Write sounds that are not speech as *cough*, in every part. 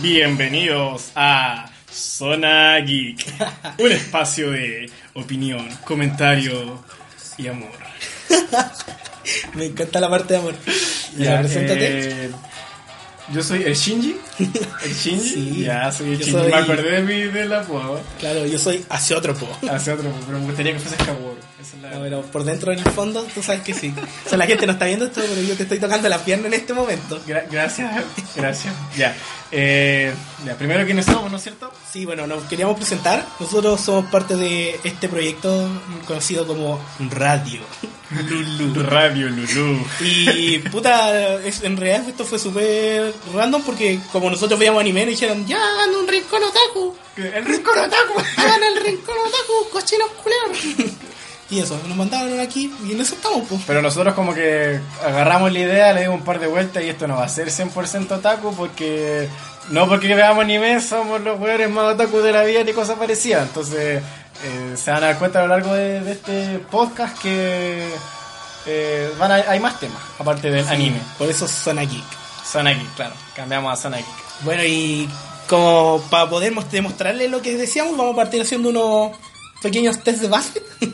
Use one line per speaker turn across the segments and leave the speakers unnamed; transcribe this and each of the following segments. Bienvenidos a Zona
*laughs*
Geek, un espacio de opinión, comentario y amor.
Me encanta la parte de amor. Ya,
Ya,
preséntate.
eh, yo soy el Shinji.
*laughs*
El Shinji.
Sí.
ya, soy el
Yo
Shinji.
soy-
Me acordé de mi del apodo.
Claro, yo soy asiótropo.
Hace otro, pero me gustaría que fuese Kaworu. Esa es la-
No, pero por dentro en el fondo, tú sabes que sí. O sea, la gente no está viendo esto, pero yo te estoy tocando la pierna en este momento.
Gra- gracias, gracias. Ya. Eh, ya, primero quiénes somos, ¿no es cierto?
Sí, bueno, nos queríamos presentar. Nosotros somos parte de este proyecto conocido como Radio.
Lulu. Radio Lulu.
Y puta, es- en realidad esto fue súper random porque como nosotros veíamos anime, nos dijeron, ya hagan un rincón otaku.
El rincón otaku.
Hagan el rincón otaku, cochinos culeros. *laughs* Y eso, nos mandaron aquí y en eso estamos, pues.
Pero nosotros como que agarramos la idea, le dimos un par de vueltas y esto no va a ser 100% otaku porque... No porque veamos anime, somos los weones más otaku de la vida ni cosas parecidas. Entonces eh, se van a dar cuenta a lo largo de, de este podcast que eh, van a- hay más temas, aparte del anime.
Por eso son aquí.
Zona Geek, claro. Cambiamos a Zona Geek.
Bueno, y como para poder mos- demostrarle lo que decíamos, vamos a partir haciendo unos pequeños test de base
¿Qué?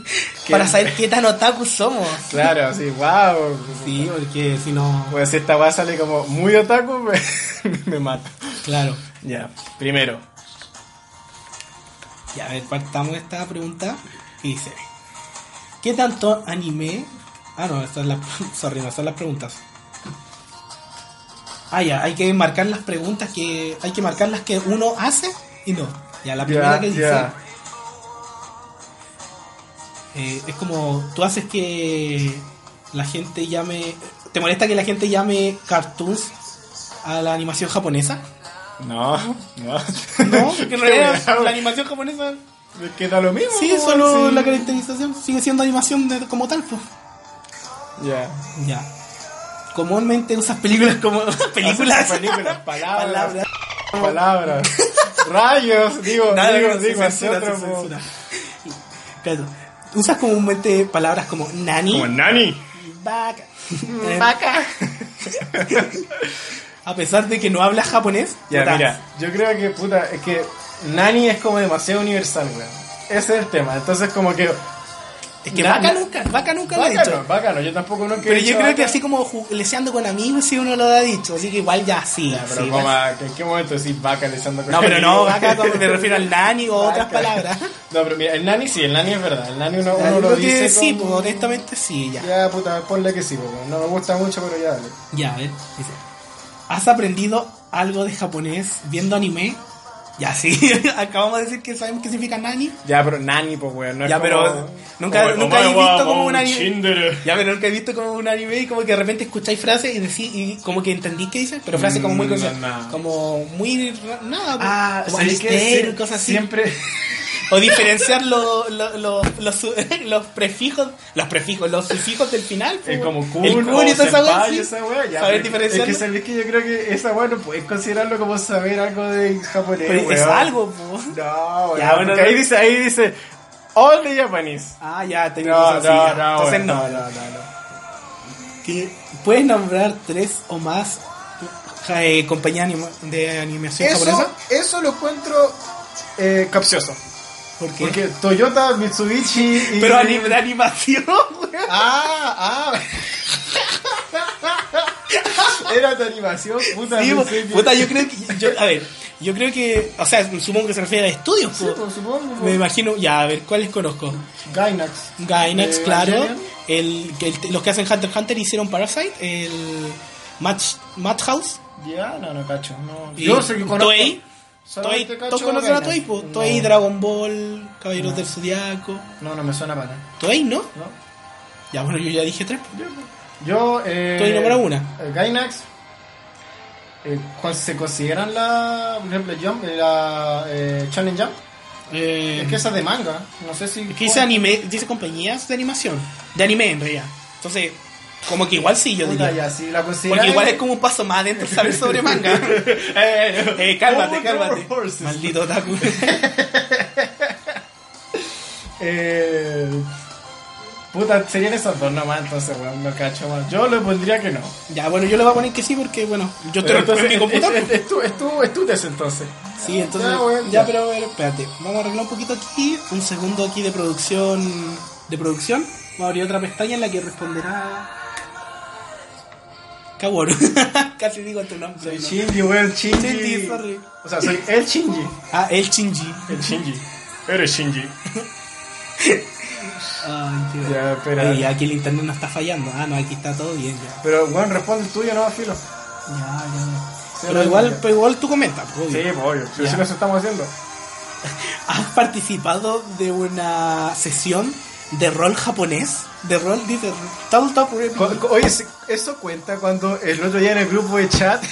para saber qué tan otaku somos.
Claro, sí, wow.
Sí, porque si no.
Pues si esta weá sale como muy otaku, *laughs* me, me mata.
Claro.
Ya, primero.
Ya, a ver, partamos de esta pregunta. Y dice: ¿Qué tanto anime.? Ah, no, estas son las. *laughs* Sorry, no, estas son las preguntas. Ah, ya, hay que marcar las preguntas que. Hay que marcar las que uno hace y no. Ya, la primera
Ya,
que dice.
ya.
Eh, es como, tú haces que la gente llame... ¿Te molesta que la gente llame cartoons a la animación japonesa?
No, *laughs* no. *laughs*
No, *laughs* que en realidad
Qué
la animación japonesa...
Me queda lo mismo.
Sí,
po,
solo
sí.
la caracterización sigue siendo animación de- como tal, pues.
Ya.
Ya. Comúnmente usas películas
*laughs*
como... películas.
Películas, palabras.
Palabras.
*laughs* Palabras. Rayos, digo,
Nada,
digo,
no,
digo, así
censura,
otro,
sí,
po.
censura. Claro. Usas comúnmente palabras como nani.
Como Nani. *laughs*
Vaca. A pesar de que no habla japonés.
Ya,
puta,
mira, yo creo que, puta, es que Nani es como demasiado universal, weón. Ese es el tema. Entonces, como que.
Es que
Na-
vaca nunca, vaca nunca lo ha
Bacano,
dicho.
bacano. Yo tampoco no
Pero yo creo que así como ju- leseando con amigos sí uno lo ha dicho. Así que igual ya sí.
Ya, pero
sí,
como
vaca.
a- ¿en qué momento decís vaca Alessandro?
No, pero
*laughs*
no, vaca como me refiero al nani o otras
Vaca. *laughs*
palabras.
No, pero mira, el nani sí, el nani es verdad. El nani uno, uno
Yo
lo
creo
dice.
que sí,
como-
pues, honestamente sí, ya.
Ya, puta, ponle que sí, porque no me gusta mucho, pero ya dale.
Ya, a ver, dice. ¿Has aprendido algo de japonés viendo anime? Ya, sí. *laughs* Acabamos de decir que sabemos qué significa nani.
Ya, pero nani, pues, weón. No es
Ya,
como-
pero nunca-
como-
nunca he
como-
visto como un anime.
Shindere.
Ya, pero nunca he visto como un anime y como que de repente escucháis frases y decís, y como que entendí qué dicen, pero frases como muy
Mm, no,
cosas,
no.
como muy ra- nada, pues,
Ah,
como
¿sabéis qué?
alistero y
Sie-
cosas así.
Siempre.
O diferenciar lo- lo- lo- los, su- *laughs* los prefijos, los prefijos, los sufijos del final.
Es
pues,
como cool,
el cool y toda esa wea, sí.
esa wea, ya,
Saber
pero Es que
diferenciarlo.
sabéis que yo creo que esa wea no puedes considerarlo como saber algo de japonés.
Pero es
weón.
algo, pues. po.
No,
Ya,
ya,
bueno,
ahí
no.
dice, ahí dice, all the Japanese.
Ah, ya, te
No, no, no,
Entonces
bueno,
no.
no, no, no, no.
Que ¿Puedes nombrar tres o más eh, compañías anima- de animación
Eso,
japonesa?
eso lo encuentro eh, capcioso.
¿Por qué?
Porque Toyota, Mitsubishi y...
Pero anim- de animación, weón.
Ah, ah. Era de animación, puta.
Sí,
pensé
po.
que-
puta, yo creo que. Yo, a ver, yo creo que. O sea, supongo que se refiere a estudios,
Sí, pues.
po.
po, supongo.
Me imagino. Ya, a ver, ¿cuáles conozco?
Gainax.
Gainax,
Eh,
claro.
Evangelion.
El, que el- los que hacen Hunter x Hunter hicieron Parasite. El. Match, Madhouse.
Ya, no, no, cacho. No.
y
Yo sé que conozco.
Toei. Toei.
solamente
¿Todos
cacho
conocen a
Gainax.
Toei? po?
No.
Toei, Dragon Ball, Caballeros
No.
del Zodiaco.
No, no me suena para nada.
Toei, ¿no?
¿No?
Ya, bueno, yo ya dije tres. pues. po.
Yo, yo eh,
Estoy número una.
eh, Gainax. Eh, ¿cuál- ¿Se consideran la, por ejemplo, Jump, eh, la eh, Shonen Jump?
Eh,
Es que esa es de manga, no sé si...
Que dice anime, dice compañías de animación. De anime en realidad. Entonces, como que igual sí, yo
Puta,
diría.
ya, si la consideran...
Porque igual es como un paso más adentro saber sobre manga.
*laughs*
*laughs* eh, cálmate, cálmate. Maldito otaku. *laughs*
Eh, Puta, serían esos dos nomás, entonces, weón, no cacho más. Yo le pondría que no.
Ya, bueno, yo le voy a poner que sí porque, bueno, yo te
Pero
lo en mi computador.
es, es, es tu, es tu, es tu test, entonces.
Sí, entonces,
Ya, weón,
ya,
ya.
pero, pero espérate, vamos a arreglar un poquito aquí, un segundo aquí de producción, de producción, vamos a abrir otra pestaña en la que responderá... Kaworu, *laughs* casi digo tu nombre.
Soy
¿no?
Shinji, weón, Shinji.
Shinji, sorry.
O sea, soy el Shinji.
Ah, el Shinji.
El Shinji. Eres Shinji.
Ay, qué
Ya, espera.
Ay, aquí el internet no está fallando. Ah, no, aquí está todo bien ya.
Pero, weón, responde el tuyo, no, filo.
Ya, ya.
Sí,
Pero
no,
igual,
ya.
pero igual tú comentas, pues,
Sí,
obvio.
pues, obvio. Si
Ya.
eso estamos haciendo.
¿Has participado de una sesión de rol japonés? De rol, dice Tabletop Review.
Co- co- Oye, ¿se- ¿eso cuenta cuando el otro día en el grupo de chat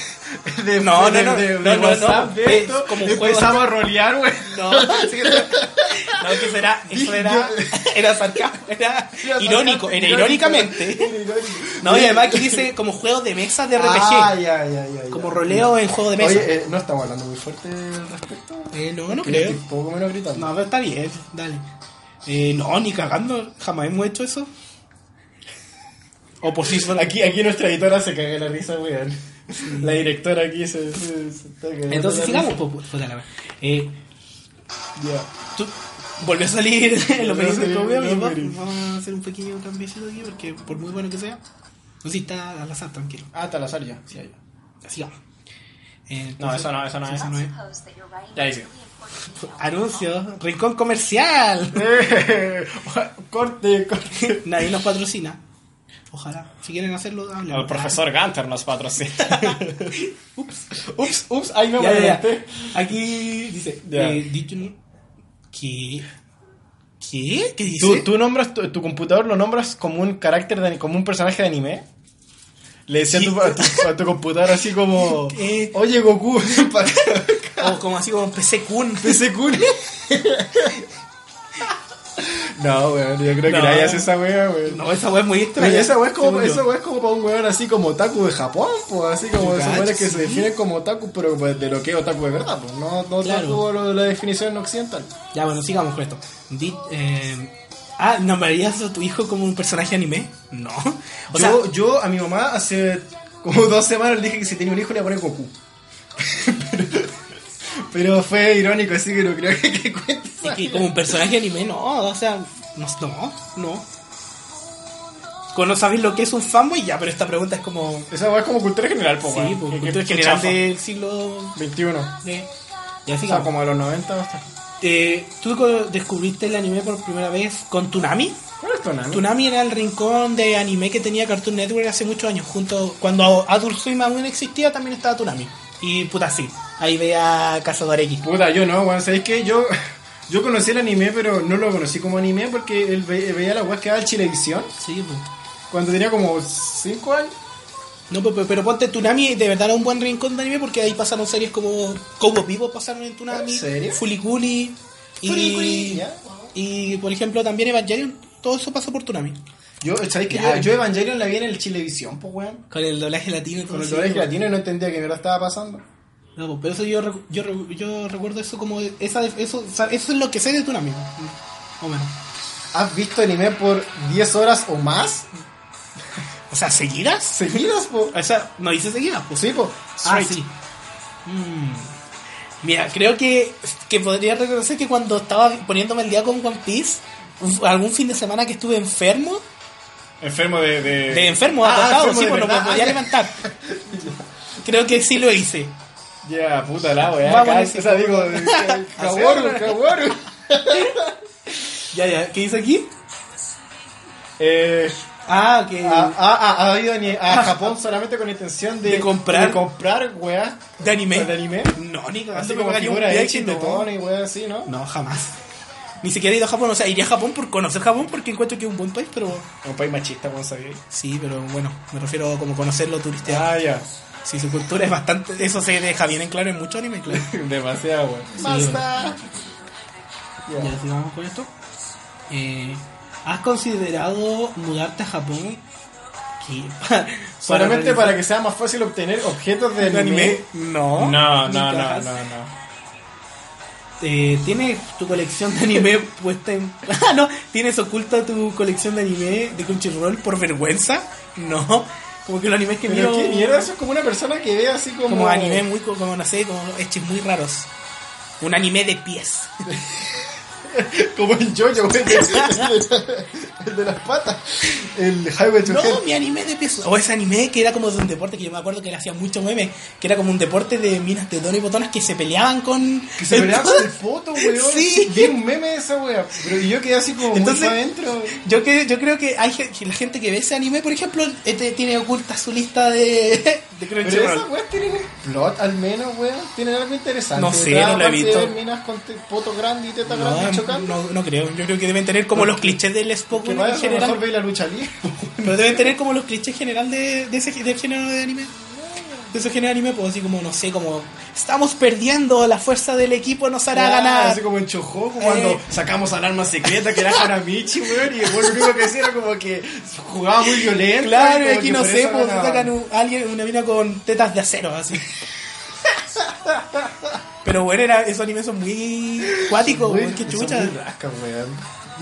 de,
No,
de-
no, no,
de- de
no, no, no,
WhatsApp de
es
esto,
como un juego.
empezamos a rolear, güey?
No, *laughs* sí, no, no, que será, eso era, era sarcasmo, era irónico,
*laughs*
era irónicamente. No, y además aquí dice como juego de mesa de RPG,
Ah, ya, ya, ya, ya.
como roleo en juego de mesa.
Oye, eh, no estamos hablando muy fuerte al respecto.
Eh, no, no
Creo.
creo.
poco menos gritando.
No, pero está bien, dale. Eh, no, ni cagando, jamás hemos hecho eso. O por sí sola.
Aquí, aquí nuestra editora se caga la risa, weón. La directora aquí se, se- se está cagando
Entonces
la
sigamos, pues.
risa.
po- puta la wea. Eh,
Ya.
tú volvió a salir *laughs* el opening de
salir
tu
el
amigo,
opening.
Vamos a hacer un pequeño cambiecito aquí porque por muy bueno que sea, no si está al azar, tranquilo.
Ah, Talazar ya. Sí, ya.
Sigamos.
No, eso no, eso no es. Ya dice.
Anuncio, rincón comercial. *laughs*
Eh, *laughs* corte, corte.
Nadie nos patrocina. Ojalá. Si quieren hacerlo, hablen.
El profesor Gunter nos patrocina.
Ups.
*laughs* Ups, ups, ahí me
Ya, ya, ya.
adelanté.
Aquí dice.
Ya.
eh, did you know- ¿Qué? ¿Qué? ¿Qué dice?
¿Tú, tú nombras, tu, tu computador lo nombras como un carácter, de, ani- como un personaje de anime? Le decía a, tu, a tu- a tu computador así *laughs* como...
¿Qué?
Oye, Goku, *laughs* ven pa' acá".
O Oh, como así como PC Kun.
*laughs* ese culo. No, weón, yo creo que
No.
nadie hace esa wea, weón.
No, esa wea es muy
Pero
extraña.
esa wea es como,
según yo.
esa wea es como para un weón así como otaku de Japón, pues así como
Yo
esos
cacho,
weones que se
sí.
definen como otaku, pero pues, de lo que es otaku de verdad, pues no, no
Claro.
otaku lo- la definición occidental.
Ya, bueno, sigamos con esto. Did, eh, ah, ¿nombrarías a tu hijo como un personaje anime? No. *laughs* O
yo,
sea,
yo a mi mamá hace como *laughs* dos semanas le dije que si tenía un hijo le iba a poner Goku. *laughs* pero, pero fue irónico, así que no creo que, que cuente. esa
*laughs* es que como un personaje anime, no. O sea, no, no. no. Como no sabéis lo que es un fanboy, ya, pero esta pregunta es como.
Esa wea es como cultura general, pues
sí,
weón.
pues,
Que- que-
cultura
que
general
chafa.
del siglo.
21.
De... Ya,
O sea,
sigamos.
como de los 90 hasta.
Eh, ¿Tú co- descubriste el anime por primera vez con Tunami?
¿Cuál es tu nombre?
Tunami era el rincón de anime que tenía Cartoon Network hace muchos años. Junto cuando Adult Swim aún existía, también estaba Tunami. Y puta, sí. Ahí veía Cazador X.
Puta, yo no, weón. ¿Sabes qué? Yo, *laughs* yo conocí el anime, pero no lo conocí como anime porque él ve- veía la web que daba el Chilevisión
Sí, pues.
cuando tenía como 5 años.
No, pe- pero, ponte Tunami, de verdad era un buen rincón de anime porque ahí pasaron series como Cobo Vivo pasaron en Tunami,
¿En serio?
Fuliculi
Fuliculi,
y,
ya.
y por ejemplo también Evangelion, todo eso pasó por Tunami.
Yo, ¿sabes qué? Yo,
Ya.
yo Evangelion la vi en el Chilevisión, pues, weón.
Con el doblaje latino y todo
Con el
eso.
doblaje latino y no entendía qué mierda estaba pasando.
No, pues, pero eso yo, recu- yo, recu- yo recuerdo eso como esa de- eso, o sea, eso es lo que sé de Tunami. O menos.
¿Has visto anime por 10 horas o más?
O sea, ¿seguidas?
¿Seguidas, po?
O sea, no dice seguidas, pues.
Sí, po.
Ah,
Straight.
sí. Mm. Mira, creo que, que podría reconocer que cuando estaba poniéndome el día con One Piece, un- algún fin de semana que estuve enfermo,
Enfermo de. de-
de enfermo,
Ah,
acostado,
enfermo
sí,
de
pues no me
verdad.
podía
Ah, ya. *laughs*
levantar. Creo que sí lo hice.
Ya, puta la weá.
Vamos
acá,
a
O
decir-
sea, *laughs* digo, Kaworu, Kaworu.
Ya, ya, ¿qué hice aquí?
Eh.
Ah, que.
ha, ha- ha- ha ido a, ni- a Japón solamente con intención de,
De comprar.
de comprar weá
¿De anime?
de anime.
No, ni cagando
Así
me
como
pagaría un
figura de
viaje,
de
no.
tono y weá así, ¿no?
No, jamás. Ni siquiera he ido a Japón, o sea, iría a Japón por conocer Japón porque encuentro que es un buen país, pero.
Un país machista, como sabéis.
Sí, pero bueno, me refiero a como conocerlo turistear.
Ah, ya. *laughs*
Sí, su cultura es bastante. Eso se deja bien en claro en muchos animes, claro.
Demasiado, weón.
Basta.
Ya.
Ya, sigamos con esto. Eh, ¿Has considerado mudarte a Japón? Que- *laughs* para
Solamente
realizar-
para que sea más fácil obtener objetos de
de
anime.
anime? No.
No,
Ni
no, no,
cagas.
no, no.
eh, ¿tienes tu colección de *laughs* anime puesta en... Ah, no, ¿tienes oculta tu colección de anime de Crunchyroll por vergüenza? No, como que los animes que
Pero
miro...
qué mierda, eso es como una persona que ve así como...
Como anime muy, co- como no sé, como hechos muy raros. Un anime de pies.
*laughs* Como el Jojo,
*laughs*
güey. que es El, de- el de las patas. El Highway to
No,
Hell.
mi anime de pies. O ese anime que era como de un deporte que yo me acuerdo que le hacía mucho meme, que era como un deporte de minas de dones y botonas que se peleaban con...
Que se peleaba con el foto, weón.
Sí.
Vi un meme de esa wea. Pero yo quedé así como
Entonces-
muy para adentro.
*laughs* Yo, que, yo creo que hay gen- que la gente que ve ese anime, por ejemplo, este, tiene oculta su lista de, *laughs* de
Pero esas weas tienen un plot, al menos, weón. Tienen algo interesante.
No sé,
Detrás,
no lo he
aparte de
visto.
ver minas con te- poto grande y teta grande
No,
chocando.
no, no creo. Yo creo que deben tener como los clichés del Spock
Que
en
vaya, a lo mejor
general.
ve la lucha
*laughs*
libre.
Pero deben tener como los clichés general de, de ese del género de anime. De ese género de anime, pues así como, no sé, como estamos perdiendo, la fuerza del equipo nos hará
Ah,
ganar.
Así como en Chojoco, cuando
Eh.
sacamos al arma secreta que era Haramichi, weón. Y el weón lo único que hacía era como que jugaba muy violento.
Claro,
y
y
como
aquí
que
no
por
sé,
eso
pues
ganaba.
sacan un- alguien, una mina con tetas de acero, así. Pero bueno, era, esos animes son muy cuáticos,
Muy-
weón, qué
son
chucha.
muy rascas, weón.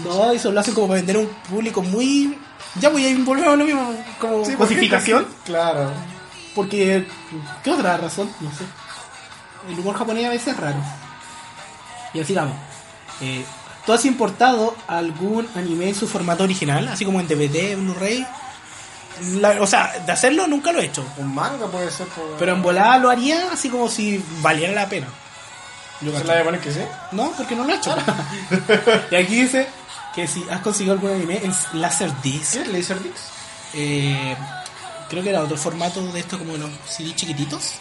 No, eso lo hacen como para vender a un público muy. Ya voy a volvemos a lo mismo, como
Sí, porque-
cosificación.
Claro.
Porque, ¿qué otra razón? No sé. El humor japonés a veces es raro. Y así vamos. Eh, ¿Tú has importado algún anime en su formato original? Así como en DVD, Blu-ray. La- o sea, de hacerlo nunca lo he hecho.
Un manga puede ser, pues, weón.
Pero en volada lo haría así como si valiera la pena.
Yo se la voy a poner que sí.
No, porque no lo
*laughs*
he hecho. y aquí dice que si has conseguido algún anime en Laserdisc.
¿Sí es Laserdix?
Eh, creo que era otro formato de esto como los CD chiquititos.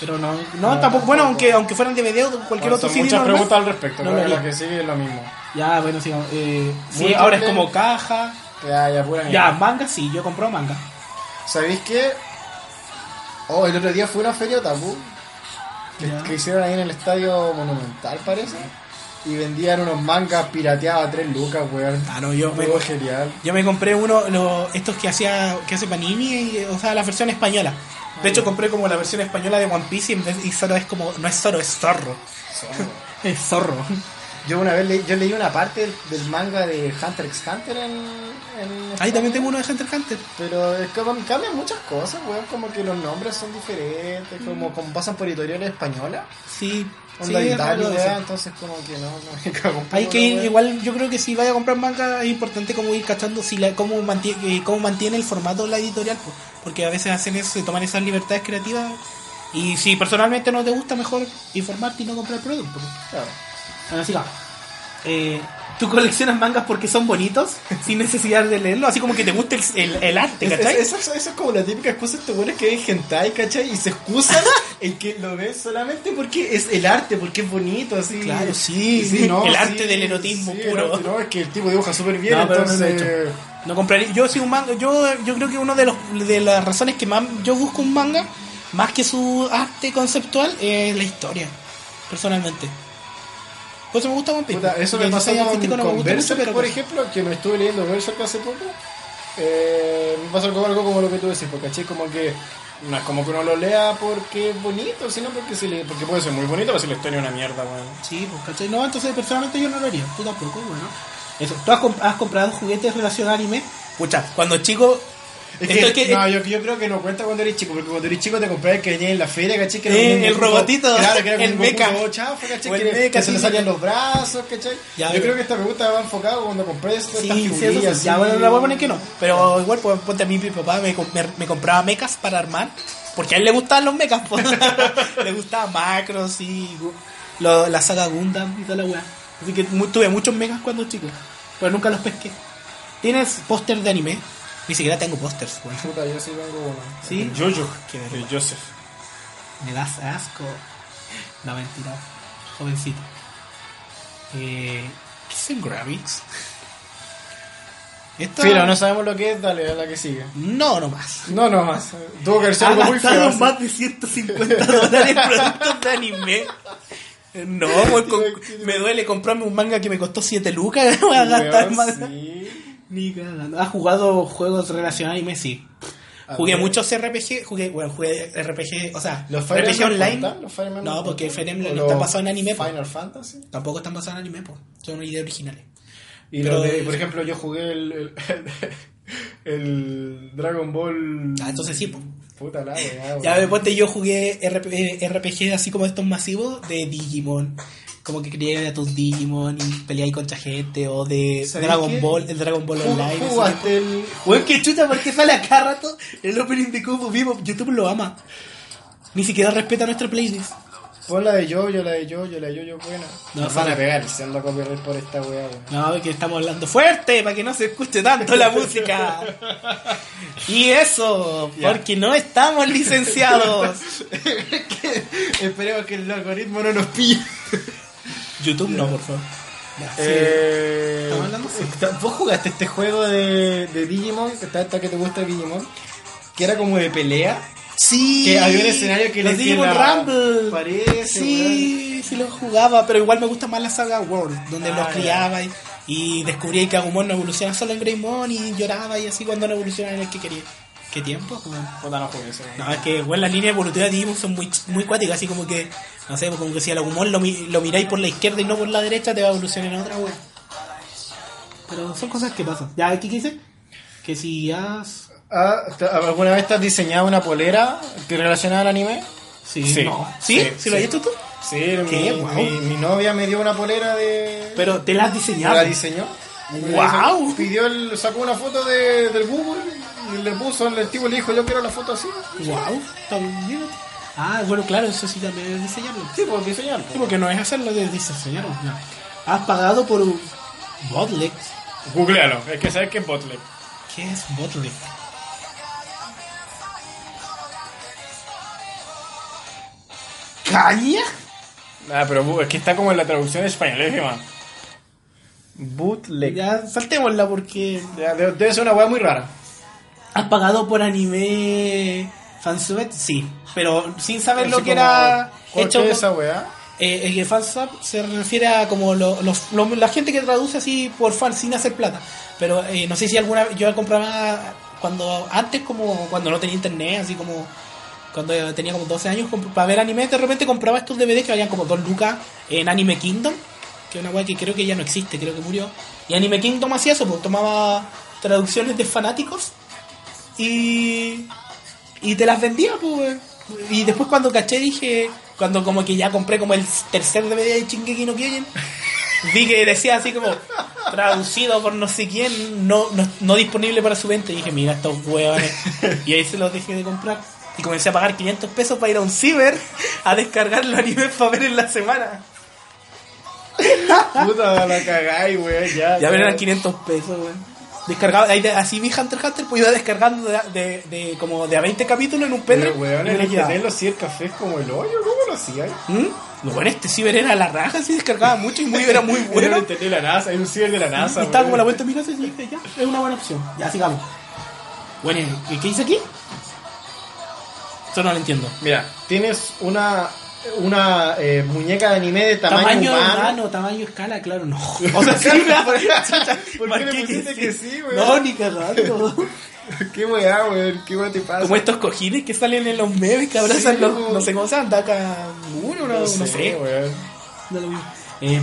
Pero no, no, tampoco, bueno, aunque, aunque fueran DVD o cualquier
Bueno,
otro
son
CD.
muchas
normal.
preguntas al respecto,
No
creo
lo
que
vi.
la que sigue es lo mismo.
Ya, bueno, sigamos. Eh, sí,
Múltiple.
ahora es como caja.
Ya, ya, pura mierda.
Ya, manga sí, yo compro manga.
¿Sabéis qué? Oh, el otro día fue una feria otaku
Ya.
que, que hicieron ahí en el estadio Monumental, parece. Y vendían unos mangas pirateados a 3 lucas, weón.
Ah, no, yo me,
Fue genial.
yo me compré uno, lo- estos que hacía que hace Panini, eh, o sea, la versión española. De hecho, compré como la versión española de One Piece y, en vez- y Zoro es como, no es Zoro, es Zorro. Es Zorro.
Yo una vez le- yo leí una parte del, del manga de Hunter x Hunter en. en
Ahí también
España,
tengo uno de Hunter x Hunter.
Pero es que van- cambian muchas cosas, weón. Como que los nombres son diferentes, como, como pasan por editoriales españolas.
Sí, Mm. sí,
Onda
es
Italia,
raro eso.
weón. Entonces, como que no, no me cago un
Hay
poco,
que ir-
weón.
igual yo creo que si vaya a comprar manga es importante como ir cachando si la, cómo, mantiene, cómo mantiene el formato la editorial, pues, porque a veces hacen eso, se toman esas libertades creativas y si personalmente no te gusta mejor informarte y no comprar el producto. pues.
Claro.
Ahora sí, va. Eh, ¿Tú coleccionas mangas porque son bonitos *laughs* sin necesidad de leerlo? Así como que te gusta el, el- el arte,
Es-
¿cachai?
es- Esa, esa es como la típica excusa de estos buenos que ven hentai, ¿cachai? Y se
*laughs*
excusan en que lo ven solamente porque es el arte, porque es bonito, así.
Claro, sí. El arte del erotismo
el
puro.
arte, no, es que el tipo dibuja súper bien,
No, pero no lo he
entonces...
No compraría. Yo soy un manga. Yo, yo creo que una de, los, de las razones que más yo busco un manga, más que su arte conceptual, es la historia. Personalmente. Por eso me gusta One Piece.
Puta, eso
Y
me
el
pasó
diseño
con,
artístico no me
con
gusta mucho,
Berserk,
pero
por
pues,
ejemplo, que me estuve leyendo Berserk hace poco. Eh, me pasó con algo como lo que tú decís, porque caché como que no es como que uno lo lea porque es bonito, sino porque, se le, porque puede ser muy bonito, pero si la historia es una mierda, weón.
Sí, pues, ¿cachai? No, entonces personalmente yo no lo haría. Tú tampoco, bueno. Eso. ¿Tú has, comp- has comprado juguetes relacionados a anime? Pucha, cuando chico.
Es
esto es
que,
que-
no, yo, yo creo que no cuenta cuando eres chico, porque cuando eres chico te comprabas el que venía en la feria, caché que
Eh,
un
el
Goku-
robotito,
claro, que era como
el
un Goku
mecha.
todo chafa, caché,
O el
que, le-
mecha,
que se le
sí.
salían los brazos, caché.
Ya,
yo
pero-
creo que esta pregunta va enfocada cuando compré estas
Sí, sí,
figurillas.
eso sí.
así.
Ya, bueno, la voy a poner que no. Pero igual, pues, ponte a mí, mi papá me, com- me- me compraba mecas para armar. Porque a él le gustaban los mecas, po. *laughs* le gustaban macros y gu- lo- la saga Gundam y toda la weá. Así que mu- tuve muchos mecas cuando chico. Pero nunca los pesqué. ¿Tienes póster de anime? Ni siquiera tengo pósters, weón.
Puta, yo sí tengo uno.
¿Sí?
Jojo,
Qué
de
eh,
vergüenza.
Joseph.
Me das asco. No, mentira. Jovencito. Eh, ¿Qué es el Gravix? Esto...
Filo, no sabemos lo que es, dale a la que sigue.
No, no más.
No, no más. Tuvo que ser
Ha
algo muy
gastado
feo.
más de 150 dólares en productos de anime.
*laughs*
No, weón, con- me duele comprarme un manga que me costó 7 lucas. *laughs* Voy a
así.
gastar
Weón,
más.
sí.
Ni cagando. ¿Has jugado juegos relacionados a anime? Sí. Ah, Jugué
ver.
muchos RPG, jugué, bueno, jugué RPG, o sea,
¿Los Fire
RPG
Emblem
online.
cuentan? ¿Los Fire Emblem
No, porque
cuentan?
Fire Emblem
¿O
no
los
está basado en anime, po.
Final Fantasy.
Tampoco están basados en anime, po. son ideas originales.
Y
Pero-
lo de, por ejemplo, yo jugué el, el, *laughs* el Dragon Ball.
Ah, entonces sí, po.
Puta la weá,
Ya
weón.
después yo jugué eh, RP- RPG así como estos masivos de Digimon. Como que crié a tus Digimon y peleáis contra gente. O de
¿Sabéis
Dragon
qué?
Ball, el Dragon Ball
Ju-
Online. ese tipo.
Jugaste el.
Weón, que chuta, porque sale acá rato el opening de Cubo vivo. YouTube lo ama. Ni siquiera respeta nuestra playlist.
Pon la de yo, yo la de yo, yo la de yo, yo buena.
No,
Nos van
sí.
a pegar siendo copyright por esta weá,
*laughs*
weón.
No, que estamos hablando fuerte para que no se escuche tanto la música. Y eso,
Ya.
porque no
*laughs*
estamos licenciados.
Esperemos que el algoritmo no nos pille.
YouTube no, por favor. Ya, sí.
Eh,
Estamos hablando así.
esta- ¿Vos jugaste este juego de, de Digimon? Que está esta que te gusta de Digimon. Que era como de pelea.
Sí.
Que había un escenario que
los
le
Digimon
que la-
Rumble.
Parece,
Sí, sí lo jugaba, pero igual me gusta más la saga World, donde
Ah,
los
ya.
criaba y, y descubrí que Agumon no evoluciona solo en Greymon y lloraba y así cuando no evolucionaba en el que quería. ¿Qué tiempo? weón?
Puta, no jugué eso.
No, es que bueno, las líneas evolutivas de Digimon son muy, muy cuáticas, así como que, no sé, como que si al Agumon lo, mi- lo miráis por la izquierda y no por la derecha, te va a evolucionar en otra wea. Pero son cosas que pasan. ¿Ya qué dice? Que si has...
Ah, ¿te- ¿Alguna vez te has diseñado una polera que relacionada al anime?
Sí,
Sí.
no. ¿Sí? ¿Sí,
Sí,
lo has
sí.
hecho tú?
Sí,
¿Qué?
Mi,
Wow.
mi- mi novia me dio una polera de.
Pero te la has
me
diseñado.
la diseñó. Me la
Wow.
diseñó. Pidió el, sacó una foto de, del Google y le puso el tipo le dijo yo quiero la foto así.
Wow, también. Ah, bueno, claro, eso sí también es diseñarlo.
Sí, pues diseñar.
Sí, porque no es hacerlo, es diseñarlo. ya. Has pagado por un botleg.
Googlealo, es que sabes que es botleg.
¿Qué es botleg? ¿Caña?
Ah, pero bu- es que está como en la traducción
¿eh,
españolísima.
Bootleg.
Ya saltémosla porque
Ya, de- debe ser una weá muy rara.
has pagado por anime fansub, sí, pero sin saber
Así
lo que
como,
era
¿por
hecho
qué esa weá?
Eh, el que fansub se refiere a como lo- los- lo- la gente que traduce así por fan sin hacer plata. Pero eh, no sé si alguna yo compraba cuando antes como cuando no tenía internet, así como cuando tenía como 12 años comp- para ver anime, de repente compraba estos DVDs que valían como 2 lucas en Anime Kingdom, que es una web que creo que ya no existe, creo que murió. Y Anime Kingdom hacía eso, pues tomaba traducciones de fanáticos y y te las vendía, pues, weón. Y después cuando caché dije, cuando como que ya compré como el tercer DVD de Shingeki no Kyojin, vi que decía así como traducido por no sé quién, no, no, no disponible para su venta. Y dije, mira estos huevones. Y ahí se los dejé de comprar. Y comencé a pagar 500 pesos para ir a un ciber a descargar los animes para ver en la semana.
Puta, la cagáis, weá, ya.
Ya eran 500 pesos, weón. Descargaba, ahí de- así vi Hunter x Hunter, pues iba descargando de, de- de como de a 20 capítulos en un pendrive.
Pero,
y
weón,
me
en
lo llevaba.
internet los 100 cafés como el hoyo, ¿cómo lo hacían?
¿Mm? No, bueno, este ciber era la raja, sí descargaba mucho y muy, era muy
*laughs*
bueno.
Era el internet de la NASA, era un ciber de la
Y
NASA.
estaba
weón.
como la vuelta, mira, sí, sí, ya, es una buena opción. Ya, sigamos. Bueno, ¿y ¿qué dice aquí? Eso no lo entiendo.
Mira, tienes una, una eh, muñeca de anime de tamaño, humano.
tamaño, escala,
*laughs*
claro, no. O sea, sí, mira, *laughs* por- chucha,
¿Por qué
marqué
le pusiste que sí, güey?
No, ni cagando.
*laughs* Qué weá, weón, qué weá te pasa.
Como estos cojines que salen en los memes que abrazan
Sí,
los.
como-
No sé cómo se llama, Takamuro, no, no sé.
weón.
No lo vi. Eh,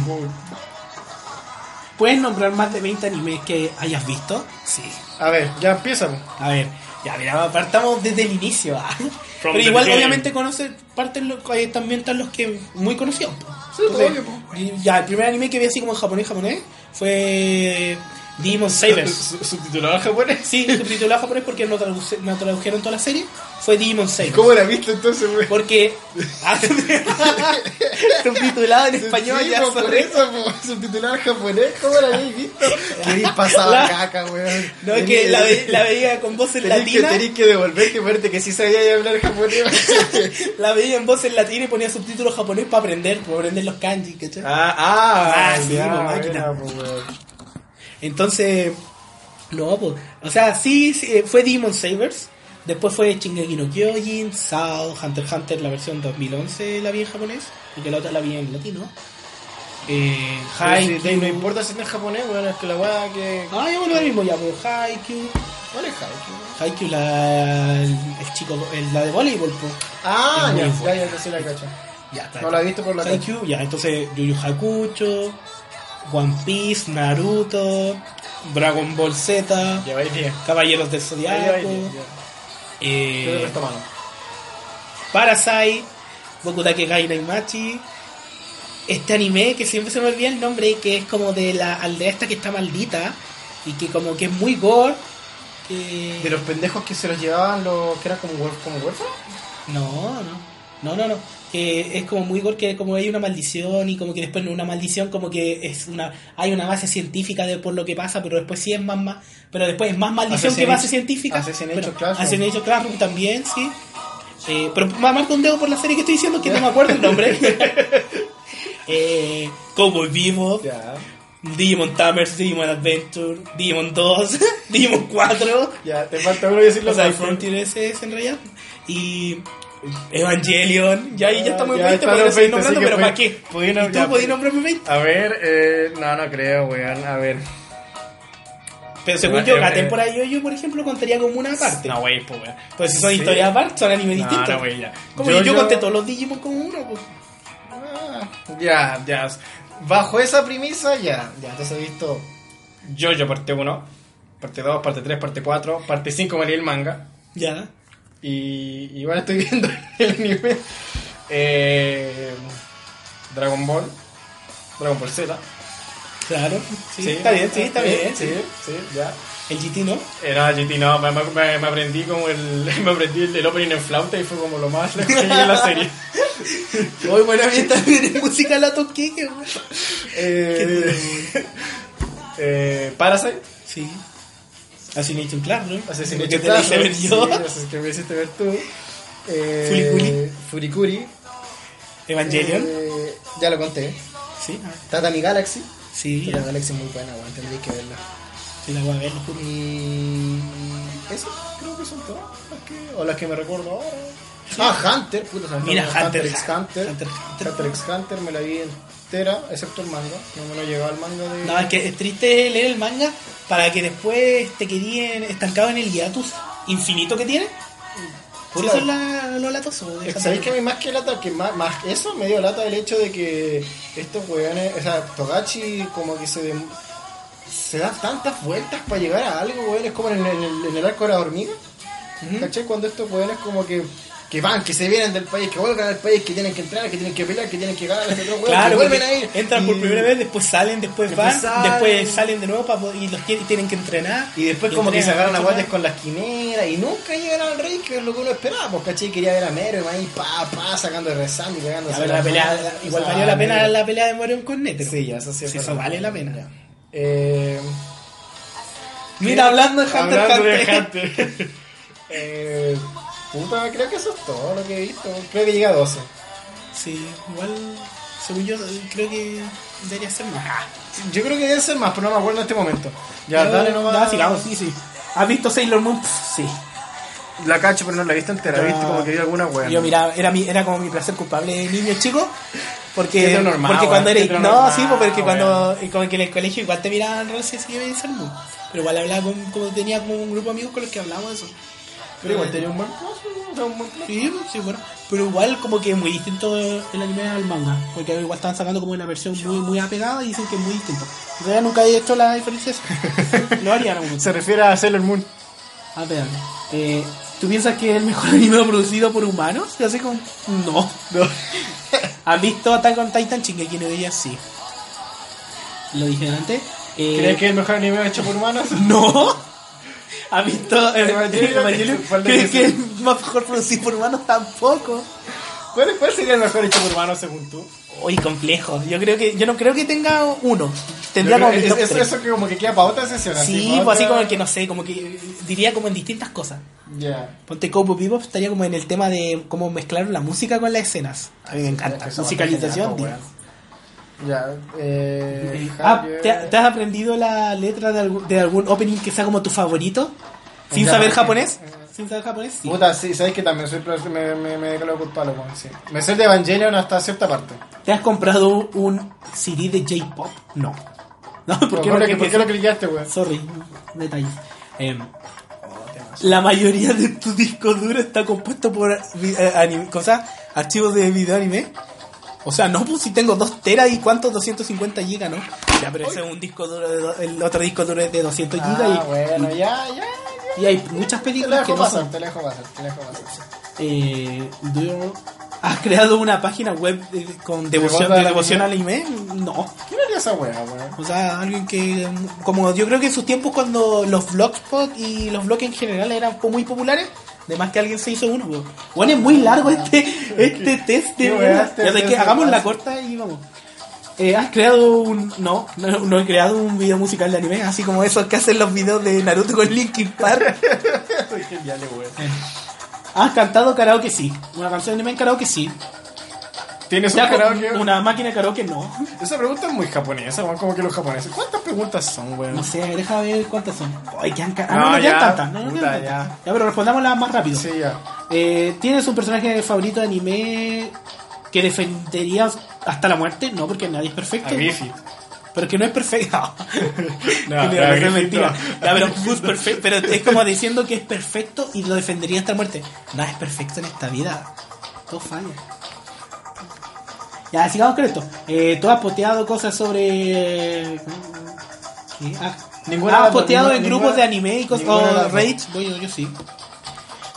¿Puedes nombrar más de 20 animes que hayas visto? Sí.
A ver, ya empieza.
A ver, ya mira, partamos desde el inicio. ah.
From
Pero
the
igual
beginning.
obviamente conoce partes lo- eh, también están los que muy conocidos. po.
Sí, pues,
Entonces,
obvio,
y- ya, el primer anime que vi así como en japonés japonés fue Demon Savers.
Su- Subtitulado en japonés. *laughs*
sí, subtitulado *laughs* japonés porque no, traduce- no tradujeron toda la serie, fue Demon Savers.
¿Cómo la viste entonces, weón?
Porque ah, *laughs* subtitulado en español
Sí,
ya
po, por
sobre-
eso, po, subtitulado en japonés, ¿cómo la habéis
*laughs*
visto? Querís pasar
La-
la caca, weón.
No, es que la, ve- la veía con voz en
Tenés que,
latina.
tenés que devolverte y ponerte que sí sabía ya hablar japonés.
*laughs* La veía en voz en latín y ponía subtítulos japonés para aprender, para aprender los kanji, ¿cachai?
ah, ah,
Ah, sí,
ya,
po, máquina.
buena, po, weón.
Entonces, no, pues, o sea, sí, sí, eh, fue Demon Savers, después fue Shingeki no Kyojin, Sao, Hunter x Hunter, la versión 2011 la vi en japonés, porque la otra la vi en latino. Eh,
Pero si
Haikyuu.
te- no importa si está en japonés, weón, es que la weá que.
Ah, ya bueno, lo mismo ya, pues, Haikyuu.
¿Cuál es Haikyuu?
Haikyuu, la, el, el chico, el- la de voleibol, po.
Ah,
Es
ya,
muy
ya, ya, no sé la cacho.
Ya, claro.
No la he visto por la cacho.
Haikyuu, ya, entonces Yu Yu Hakucho, One Piece, Naruto, Dragon Ball Z,
Lleváis bien.
Caballeros del
Lleváis
Zodiaco,
bien. ya.
Yo
eh,
le presto mano.
Parasite, Boku Dake Gai Machi. Este anime que siempre se me olvida el nombre, que es como de la aldea esta que está maldita y que como que es muy gore. que-
De los pendejos que se los llevaban los que eran como, huer- como huérfanos.
No, no. No, no, no. Que es como muy gore, que como hay una maldición y como que después no una maldición, como que es una hay una base científica de por lo que pasa, pero después sí es más, más pero después es más maldición que
Assassination-
base científica.
Assassination
Bueno,
Classroom.
Assassination Classroom también, sí. Eh, pero me marco un dedo por la serie que estoy diciendo que no me acuerdo el nombre. eh, Cowboy Vivo,
Ya,
Digimon Tamers, Digimon Adventure, Digimon 2, *laughs* Digimon 4.
ya, te falta uno decirlo.
O sea, el
Michael.
Frontier ese es en realidad. Y Evangelion. Ya ahí ya estamos en
Ya
20,
está
podría
los
seguir
20,
nombrando,
así que
pero
fue-
¿para qué?
pudí nom-
¿Y
ya,
tú podías
pu-
nombrarme 20?
A ver, eh, no, no creo, weón. A ver.
Pero según
Eva-
yo, eh.
Eva-
cada temporada de Yo-Yo, por ejemplo, contaría como una parte.
No, wey, pues, weón.
Pues si son
Sí.
historias aparte, son animes
No,
distintos.
no, wey, ya.
Como yo, yo conté todos los Digimon como uno, pues.
Ah, ya, ya. Bajo esa premisa, ya, ya, entonces he visto.
Yo, yo, parte 1, parte 2, parte 3, parte 4, parte 5 me leí el manga.
Ya.
Y igual estoy *laughs* viendo el anime. Eh, Dragon Ball. Dragon Ball Z.
Claro. Sí, está bien, sí, está bien.
Sí, sí, ya.
El GT, ¿no? *laughs*
Eh, no, GT no, me, me- me aprendí como el, *laughs* me aprendí el, el opening en flauta y fue como lo más *laughs* lejos que llegué en la serie.
Hoy, bueno, bien también es música la toqué, que bueno.
Eh, eh, Parasite,
Sí. Assassination Classroom.
Assassination
Porque te la hice ver
Classroom,
yo.
sí, ese es que me hiciste ver tú. Eh,
Furikuri.
Furikuri.
Evangelion.
Eh, ya lo conté.
Sí, ah,
Tatami Galaxy.
sí,
Tatami Galaxy es muy buena, weón, tendréis que verla.
sí la voy a ver, lo juro.
Y. Eso creo que son todas las que. O las que me recuerdo ahora. Ah, Hunter, puta, se me fue.
Mira, Hunter,
x Hunter.
Hunter, Hunter,
Hunter,
Hunter.
x Hunter me la vi entera, excepto el manga. No me lo llegaba el manga de.
No, es que es triste leer el manga para que después te quedían estancado en el hiatus infinito que tiene. Por
Claro.
eso es la, lo latoso. de
Es que, ¿Sabéis que a
Hunter.
mí más que lata, que más, más que eso me dio lata el hecho de que estos weones, o sea, Togachi como que se dem- se da tantas vueltas para llegar a algo, weón, es como en el, en el- en el arco de la hormiga,
Ujú.
¿cachai? Cuando estos weones como que, que van, que se vienen del país, que vuelven al país, que tienen que entrar, que tienen que pelear, que tienen que ganar a los otros weones,
Claro,
que vuelven
porque
a ir.
entran
y-
por primera vez, después salen, después
Después
van,
salen.
después salen de nuevo para poder- y los tienen, tienen que entrenar.
Y después como que se
entrenan,
agarran a
entrenan.
guantes con la esquinera y nunca llegan al rey, que es lo que uno esperaba, pues, ¿cachai? Quería ver a Mero y ahí, pa, pa, sacando y rezando y
Ya,
pegándose.
pero
las
la pelea,
manos,
igual
o sea,
valió la pena
Mero.
la pelea de Morion con Netero.
Sí, ya, eso sí es
Si eso
verdad.
vale la pena.
Eh,
Mira, hablando de Hunter
hablando
Hunter.
de *laughs* Hunter.
eh, puta, creo que eso es todo lo que he visto. Creo que llega a 12.
Sí, igual, según yo, creo que debería ser más.
Yo creo que debe ser más, pero no me acuerdo en este momento.
Ya,
Ya, dale nomás.
Ya, sigamos, sí, sí. ¿Has visto Sailor Moon? Pff, sí.
La cacho, pero no la he visto entera.
Ya.
¿Viste? Como que vi alguna wea.
Yo, mira, era, mi, era como mi placer culpable de niño chico. Porque,
Heteronormado,
porque cuando
eh,
eres. No,
heteronormado,
sí, porque
weón.
cuando. y Como que en el colegio igual te miraban roles y así que veía Sailor Moon. Pero igual hablaba con. Como tenía como un grupo de amigos con los que hablábamos de eso.
Pero igual tenía un buen o sea, un buen plan.
Sí, sí, bueno. Pero igual como que muy distinto el anime al manga. Porque igual estaban sacando como una versión muy, muy apegada y dicen que es muy distinto. En realidad nunca he hecho la
*laughs*
diferencia esa. Lo harían aún.
Se refiere a Sailor Moon.
A ver, eh, ¿tú piensas que es el mejor *laughs* anime producido por humanos? Yo así como, no. ¿Han visto Attack on Titan? Shingeki no ella sí. Lo dije antes. Eh,
¿Crees que es el mejor anime hecho por humanos?
No.
*laughs*
¿Han visto eh,
Evangelion?
Evangelion?
¿Cuál de
¿Crees que
ellos?
es más mejor producido por humanos? Tampoco.
*laughs* ¿Cuál, ¿Cuál sería el mejor hecho por humanos según tú?
Uy, complejo. Yo creo que yo no creo que tenga uno. Tendría
Yo
como
creo-
el
es-
top
es-
tres.
eso que como que queda para otra sesión.
Sí,
pa'
pues así
otra-
como que no sé, como que eh, diría como en distintas cosas.
Ya.
Ponte Cowboy Bebop estaría como en el tema de cómo mezclar la música con las escenas. A mí me encanta.
Es que esa
Musicalización. digo.
Ya, eh.
Ah,
Javier-
¿te, te has aprendido la letra de algún, de algún opening que sea como tu favorito? ¿Sin
Ya.
saber japonés? ¿Sin saber japonés? Sí.
Puta, sí, sabes que también soy, me, me, me declaro culpable, weón, sí. Me sé el de Evangelion hasta cierta parte.
¿Te has comprado un CD de J-Pop? No. *laughs* No,
¿Por
porque
qué,
no
lo
que
que- por qué lo cliqueaste, weón?
Sorry, detalles. Em, la mayoría de tu disco duro está compuesto por vi- eh, anime- cosas, archivos de video anime. O sea, no, pues si tengo 2 teras y cuántos 250 gigas, ¿no? Ya, pero ese es un disco duro, de do- el otro disco duro es de 200 gigas
Ah,
y,
bueno, ya, ya.
y hay muchas
Te la
películas que
dejo
no
pasar,
son.
te la dejo pasar, te la dejo pasar.
Eh, do- ¿Has creado una página web eh, con devoción,
gusta
de
el
devoción al anime? No.
¿Quién haría esa wea, weón?
O sea, alguien que. Como yo creo que en sus tiempos, cuando los blogspot y los blogs en general eran po- muy populares, de más que alguien se hizo uno. po. Bueno, es muy largo este, este test de
qué
verdad.
weá, este
Ya sé
test
que
de
hagamos la
base.
corta
*laughs*
y vamos. Eh, ¿Has creado un.? No, no, no he creado un video musical de anime, así como esos que hacen los videos de Naruto con Linkin Park.
Genial, weón.
¿Has cantado karaoke? Sí. ¿Una canción de anime en karaoke? Sí.
¿Tienes un
¿Te has com-
karaoke?
¿Una máquina de karaoke? No.
Esa pregunta es muy japonesa, weón, como que los japoneses. ¿Cuántas preguntas son,
No
weón?
sé, deja ver cuántas son. Ay, quedan ca- ah,
No,
no, no quedan
ya,
tantas. No, no
puta,
quedan tantas. Ya. pero respondámoslas más rápido.
Sí, ya.
Eh, ¿Tienes un personaje favorito de anime que defenderías hasta la muerte? No, porque nadie es perfecto.
A Griffith.
Pero que no es perfecto. *laughs*
No,
Ah,
Que
no,
le hagas
Griffith
mentira.
no.
Ya, pero, Gus perfecto, pero es como diciendo que es perfecto y lo defendería hasta la muerte. Nada es perfecto en esta vida. Todo falla. Ya, sigamos con esto. Eh, Tú has posteado cosas sobre. ¿Qué? Ah,
Ninguna de
has
las dos,
posteado
ninguna-
en grupos
ninguna-
de anime y cosas.
ninguna de las
O
dos.
Reddit. Voy yo, yo sí.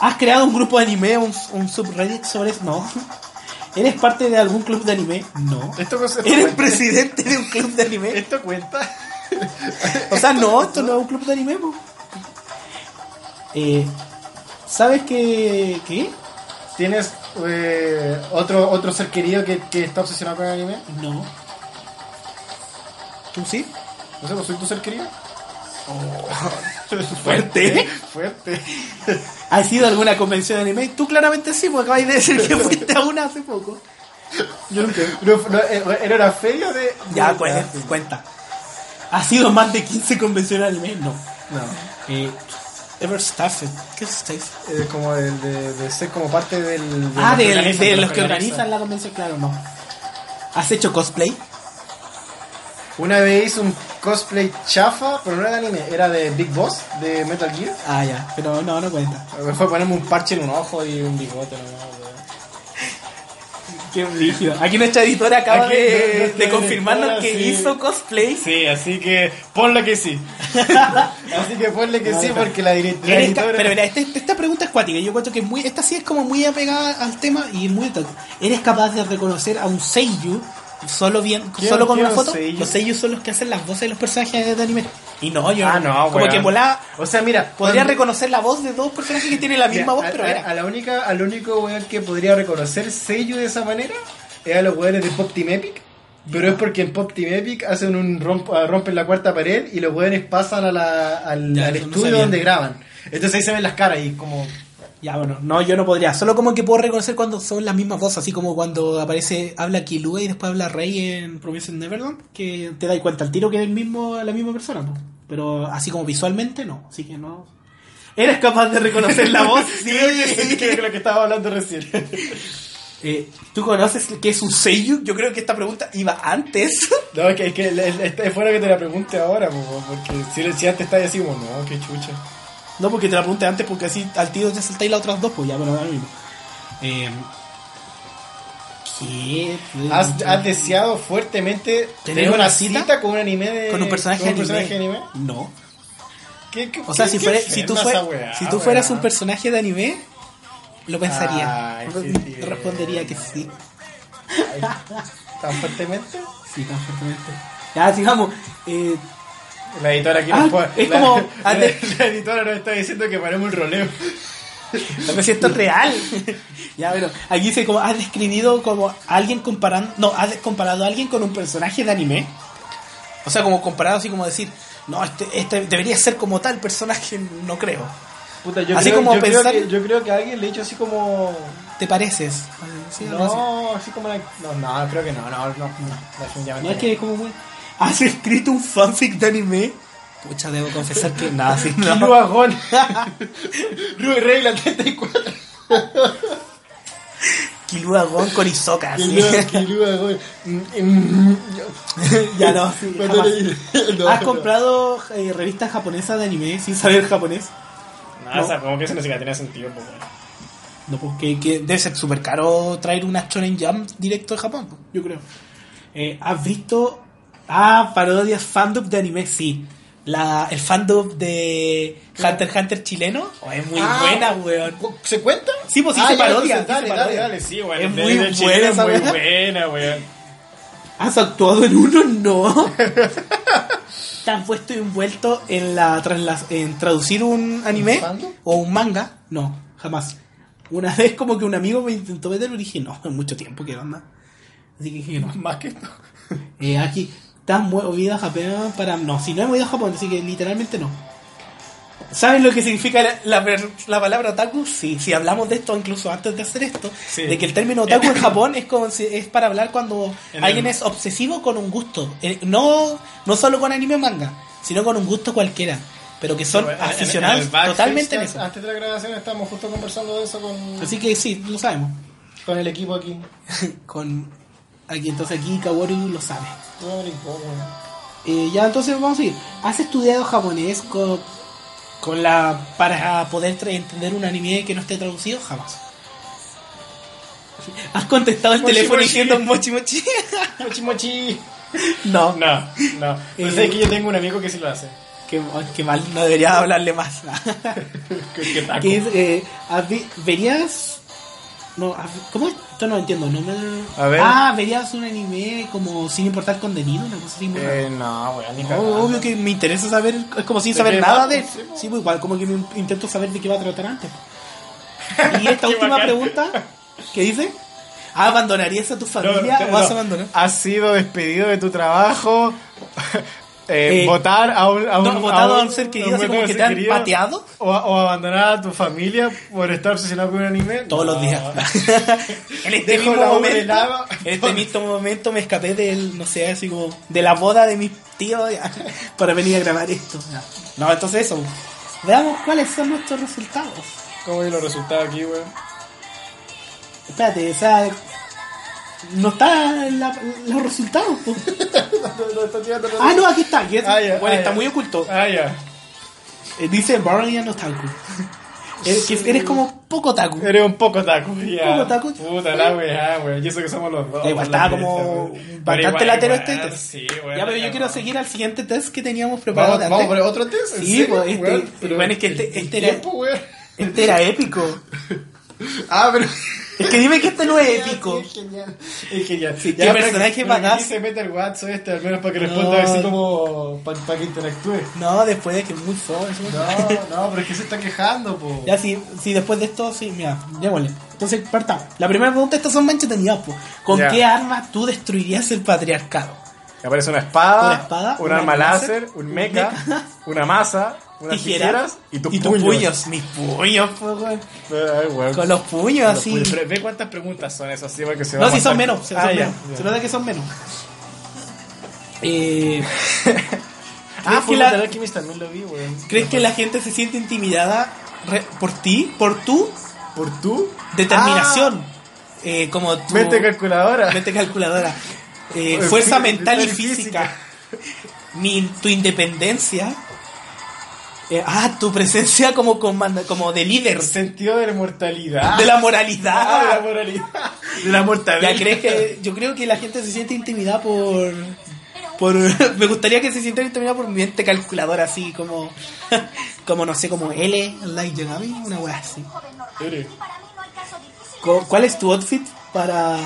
¿Has creado un grupo de anime, un, un subreddit sobre eso? No. ¿Eres parte de algún club de anime?
*laughs*
No.
Esto, cosa- esto
¿Eres
cuenta-
presidente de un club de anime?
¿Esto cuenta?
O sea, no, esto no es un club de anime, po. Eh, ¿Sabes qué? ¿Qué?
¿Tienes eh, otro, otro ser querido que, que está obsesionado con el anime?
No. ¿Tú sí?
No sé, pues soy tu ser querido.
Oh. *laughs* Fuerte.
Fuerte.
¿Has ido a alguna convención de anime? Tú claramente sí, porque acabas de decir que fuiste a una hace poco.
Yo nunca. No, no, eh, era una feria de.
Ya,
de-
pues, cuenta. ¿Has ido a más de 15 convenciones de anime? No.
No.
Eh, Ever Stafford. ¿Qué es Stafford?
eh, como de, de, de ser como parte del.
Ah,
de
de,
los que
de los que
organizan.
organizan la convención, claro, no. ¿Has hecho cosplay?
Una vez hice un cosplay chafa, pero no era de anime, era de Big Boss, de Metal Gear.
Ah, ya, pero no, no cuenta.
Me fue a ponerme un parche en un ojo y un bigote. No, weón.
Qué rígido. Aquí nuestra editora acaba
Aquí
de,
nuestra
de confirmarnos
editora,
que
sí.
hizo cosplay.
Sí, así que ponla que
*laughs*
sí.
Así que ponle que
No,
sí,
no.
porque la, dire- la
Eres ca-
editora.
pero mira, este- esta pregunta es cuática. Yo cuento que es muy, esta sí es como muy apegada al tema y es muy otaku. ¿Eres capaz de reconocer a un seiyu solo bien
¿Quién-
solo con
quién
una
es
foto?
seiyuu?
Los seiyuu son los que hacen las voces de los personajes de anime. Y no, yo
Ah, no,
como
weón.
que volá
O sea, mira,
podría
cuando-
reconocer la voz de dos personajes que tienen la
Mira,
misma voz,
a-
pero
a,
era.
a la única, al único weón que podría reconocer sello de esa manera era los weones de Pop Team Epic. Pero es porque en Pop Team Epic hacen un romp- ah, rompen la cuarta pared y los weones pasan a la- al,
Ya,
al
eso no
estudio
sabía.
donde graban. Entonces ahí se ven las caras y
*laughs*
como. *laughs*
Ya, bueno, no, yo no podría. Solo como que puedo reconocer cuando son las mismas voces, así como cuando aparece, habla Kilua y después habla Rey en Provision Neverland, que te das cuenta al tiro que es el mismo, la misma persona, po. Pero así como visualmente, no. Así que no. ¿Eres capaz de reconocer
*laughs*
la voz? Sí,
que lo que estaba hablando recién.
Eh, ¿Tú conoces qué es un seiyuu? Yo creo que esta pregunta iba antes. *laughs*
No, es que, es, que el- el- este- es fuera que te la pregunte ahora, po, po, porque si, le- si antes estáis así como, no, qué chucha.
No, porque te la pregunté antes, porque así al tiro te saltáis las otras dos, pues ya, bueno, da lo mismo. Eh, ¿Qué?
¿Has, has deseado fuertemente
¿Tener
tener
una
una
cita?
cita, con un anime de-
¿Con un personaje,
con
anime?
personaje anime?
No.
¿Qué- qué-
O sea,
qué-
si,
qué
fuera- si tú,
enferma
fuera-
esa weá,
si tú fueras
weón?
un personaje de anime, lo pensaría.
Ay,
Re-
qué tierno.
Respondería que sí.
¿Tan fuertemente?
Sí, tan fuertemente. Ya, sigamos. Eh,
La editora aquí
Ah,
nos puede.
es
la,
*laughs*
como-
la-
antes-
la editora nos está diciendo que paremos el roleo.
no me siento real. *laughs* ya, pero aquí dice como, has describido como a alguien comparando, no, has comparado a alguien con un personaje de anime. O sea, como comparado así como decir, no, este, este debería ser como tal personaje, no creo.
Puta, yo
Así
creo,
como
yo
pensar-
Creo que, yo creo que alguien le hizo así como.
¿Te pareces? Sí, algo así.
No, así como. la- No, no, creo que no, no, no, no, definitivamente.
No es que como muy- ¿Has escrito un fanfic de anime? Pucha, debo confesar que nada, sí, no.
Luagón. Rui Rey, la 34.
Kilua Gon con Hisoka, sí.
Luagón.
*laughs* ya no, sí, jamás.
*laughs* No,
¿Has
no.
comprado eh, revistas japonesas de anime sin saber japonés?
Nada,
No.
esa- como que esa música tenía sentido pues, un poco.
No, pues, que, que debe ser súper caro traer una Shonen Jump directo de Japón, pues, yo creo. Eh, ¿Has visto. Ah, parodias fandom de anime? Sí. La, el fandom de Hunter x Hunter chileno oh, es muy
Ah,
buena, weón.
¿Se cuenta?
Sí, pues sí
Ah,
se
ya,
parodia.
entonces, dale,
sí se
Dale, sí,
dale,
parodia.
weón.
Es
de-
muy
de Chile
buena
es
esa
muy
weá.
buena, weón.
¿Has actuado en uno? No. *laughs* ¿Te han puesto envuelto en la, trasla- en traducir un anime
fandom?
o un manga? No, jamás. Una vez como que un amigo me intentó meter y dije, no, en mucho tiempo, ¿qué onda? Así que dije, no.
Más que esto.
*laughs* Eh, aquí, ¿te has mue- movido a Japón para...? No, si no he movido a Japón, así que literalmente no. ¿Sabes lo que significa la, la ver- la palabra otaku? Sí, si hablamos de esto incluso antes de hacer esto,
Sí.
de que el término
*coughs*
otaku en Japón es, como, si- es para hablar cuando
Eh, En
alguien
el-
es obsesivo con un gusto. Eh, no, no solo con anime o manga, sino con un gusto cualquiera. Pero que son
Pero eh, en- en- en el
aficionados
backstage
totalmente en
Antes-
eso.
Antes de la grabación estábamos justo conversando de eso con,
Así que sí, lo sabemos.
con el equipo aquí.
con aquí, entonces aquí Kaworu lo sabe.
No me importa.
Eh, ya entonces vamos a ir. ¿Has estudiado japonés con, con la para poder tra- entender un anime que no esté traducido? Jamás. ¿Has contestado el
Mochi,
teléfono
mochi.
diciendo mochi mochi?
Mochi mochi.
*laughs* no.
No, no. Pero
Eh.
sé que yo tengo un amigo que sí lo hace.
Qué, qué mal, no debería hablarle más.
Que, que taco.
¿Qué es, eh, has vi- ¿Verías.? No, has vi- ¿Cómo? Esto no entiendo. No me-
A ver.
Ah, ¿verías un anime como sin importar contenido? Una cosa así. muy rara?
Eh, no, weón, ni
No,
cagando.
obvio que me interesa saber, es como sin
¿De
Eh,
saber
qué
nada
va?
de él.
Sí, po.
Sí, pues igual como que me intento saber de qué va a
*laughs*
tratar antes. Y esta
Qué
última
bacán.
pregunta, ¿qué dice? Ah, ¿Abandonarías a tu familia
No,
o
no,
vas a
no.
abandonar?
Has sido despedido de tu trabajo. *laughs* eh,
Eh,
votar a un, a un,
No, votado a un
un-
ser
a
querido,
un
así como
ser
que te han
querido.
pateado
O, o abandonar a tu familia por estar obsesionado con un anime.
todos
Ah.
No. *laughs*
los días. en este
Dejo
mismo
la obra
momento,
helada.
en este mismo momento me escapé del, no sé, así como de la boda de mis tíos ya, *laughs* para venir a grabar esto. ya. No, entonces eso. Veamos cuáles son nuestros resultados.
¿Cómo vi los resultados aquí, weón?
Espérate, o sea. No está la- los resultados. po.
*laughs* Lo está tirando, lo-
Ah, no, aquí está. Aquí está.
Ah, ya,
bueno,
ah,
está
ya.
muy oculto.
Ah, ya.
Eh, Dice Barney
*laughs*
and Otaku. Eres, que eres como poco taku.
Eres un poco taco, ya.
Poco taco.
Puta la weá, weón. Y eso que somos los dos.
igual,
La
estaba
cresta,
como
weón. Pero
bastante
igual,
latero
igual,
este test.
sí, weón,
ya, pero yo
ya,
quiero
no.
seguir al siguiente test que teníamos preparado.
Vamos,
de
vamos
antes.
por otro test. ¿En
Sí,
serio,
pues, este-
weón? Pero
bueno, es que este-
el- el
este era-
tiempo, weón.
Este era épico.
*laughs* Ah, pero.
Es que dime que este no es épico.
Sí, es genial.
Es que ya.
¿Qué personaje
para
badass?
Dice Peter Watts este, al menos para que
No.
responda así como. para que interactúe.
No, después de que es muy feo. es muy-
No, no, pero es que se está quejando, po.
Ya, si, si después de esto, sí, mira, démosle. Entonces, partamos. La primera pregunta, estas son manchas entretenidas, po. ¿Con
Ya.
qué arma tú destruirías el patriarcado?
Aparece una espada,
Una espada,
un
una
arma
láser,
láser, un
un
mecha, una masa, unas tijeras, y tus puños.
Mis puños, po, weón.
Ay, weón.
Con los puños,
Con los
así.
puños. Pero ve cuántas preguntas son esas, sí, porque se va
no,
a
si son
matar.
menos, se,
Ah,
son
ya,
menos.
ya.
Se nota que
*laughs*
son menos. Eh,
Ah,
¿Crees,
fue
que
la...
la,
de Alchemist también lo vi, weón.
¿Crees que la gente se siente intimidada re- por ti, por tu
¿Por tú?
determinación? Eh, como tu...
Ah. Mente calculadora. *laughs*
Mente calculadora. Eh,
Oye,
fuerza
fí-
mental y
mental y
física. Mi, tu independencia. Eh, ah, tu presencia como, comanda- como de líder.
Sentido de la mortalidad.
De la
Ah, de la
moralidad.
moralidad. De la mortalidad.
Ya crees que, yo creo que la gente se siente intimidada por... por *laughs* me gustaría que se sintieran intimidada por mi mente calculadora, así como... *laughs* como, no sé, como L, Light Yagami, una wea así. Co- ¿Cuál es tu outfit para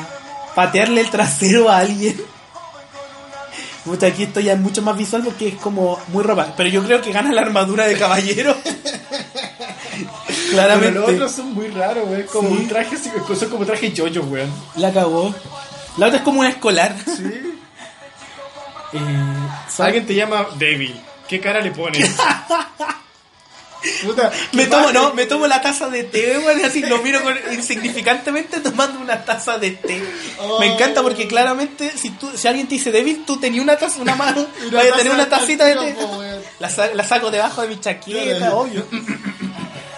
patearle el trasero a alguien? Puta, aquí esto ya es mucho más visual porque es como muy ropa. Pero yo creo que gana la armadura de caballero.
Pero
Claramente.
los otros son muy raros, weón. Como
Sí.
un traje, así, son como traje yoyo, weón.
La cagó. La otra es como una escolar.
Sí.
Eh,
Alguien te llama débil. ¿Qué cara le pones? Puta.
*laughs* me
qué
tomo,
mal.
no, me tomo la taza de té, weón, y así lo miro con- insignificantemente tomando una taza de té. Me encanta porque claramente si tú, si alguien te dice débil, tú tenías una taza, una mano,
Una
vaya a
taza
tener una
de
tacita de té.
té, po, weón.
La, sa- la saco debajo de mi chaqueta,
Claro.
obvio.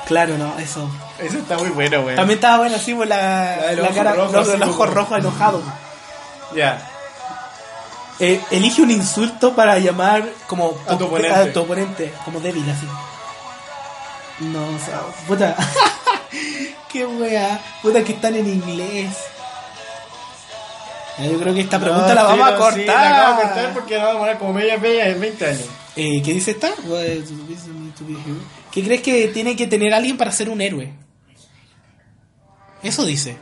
Claro, no, eso.
Eso está muy bueno, weón.
También estaba bueno así por la,
La del
la
ojo
cara,
rojo,
los,
así
los ojos
como-
rojos enojados.
Ya.
Eh, elige un insulto para llamar como
A tu oponente.
tu oponente, como débil así. No, o sea, puta. *laughs* Qué wea. Puta que están en inglés. Ya, Yo creo que esta pregunta
No,
la
sí,
vamos a
no,
cortar.
sí, la vamos a cortar porque la vamos a poner como media media de 20 años.
Eh, ¿Qué dice esta? What is the reason to be here? ¿Qué crees que tiene que tener alguien para ser un héroe? Eso dice.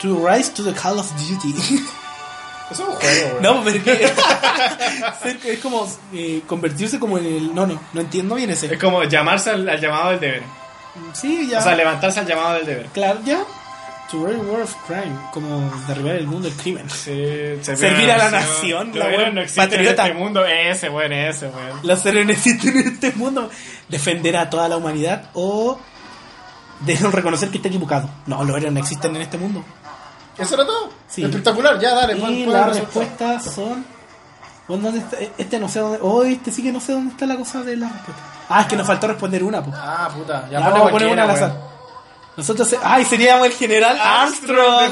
To rise to the call of duty. *laughs*
Eso es un juego, weón.
No, pero *laughs* que- ser- es como eh, convertirse como en el... No, no, no entiendo bien
Es
ese.
como llamarse al, al llamado del deber.
Sí, ya.
O sea, levantarse al llamado del deber.
claro, ya. To rise war of crime, como derribar el mundo del crimen.
Sí,
Servir a la nación,
Lo
la
bueno
weón
no existe
patriota.
en este mundo. Ese, weón, ese, weón.
Los héroes no existen en este mundo. Defender a toda la humanidad o... Dejen reconocer que está equivocado. No, los héroes no existen en este mundo.
Eso era todo.
Sí.
Espectacular, ya dale. pon-
Y
pon
las
el resultado.
respuestas son. ¿Vos dónde está? Este no sé dónde. Oh, este sí que no sé dónde está la cosa de la respuesta. Ah, es que nos faltó responder una, po.
Ah, puta.
Ya
Ya
vamos a poner una al
cualquiera,
azar. Nosotros. se- ¡Ay! Seríamos el general
*laughs*
Armstrong.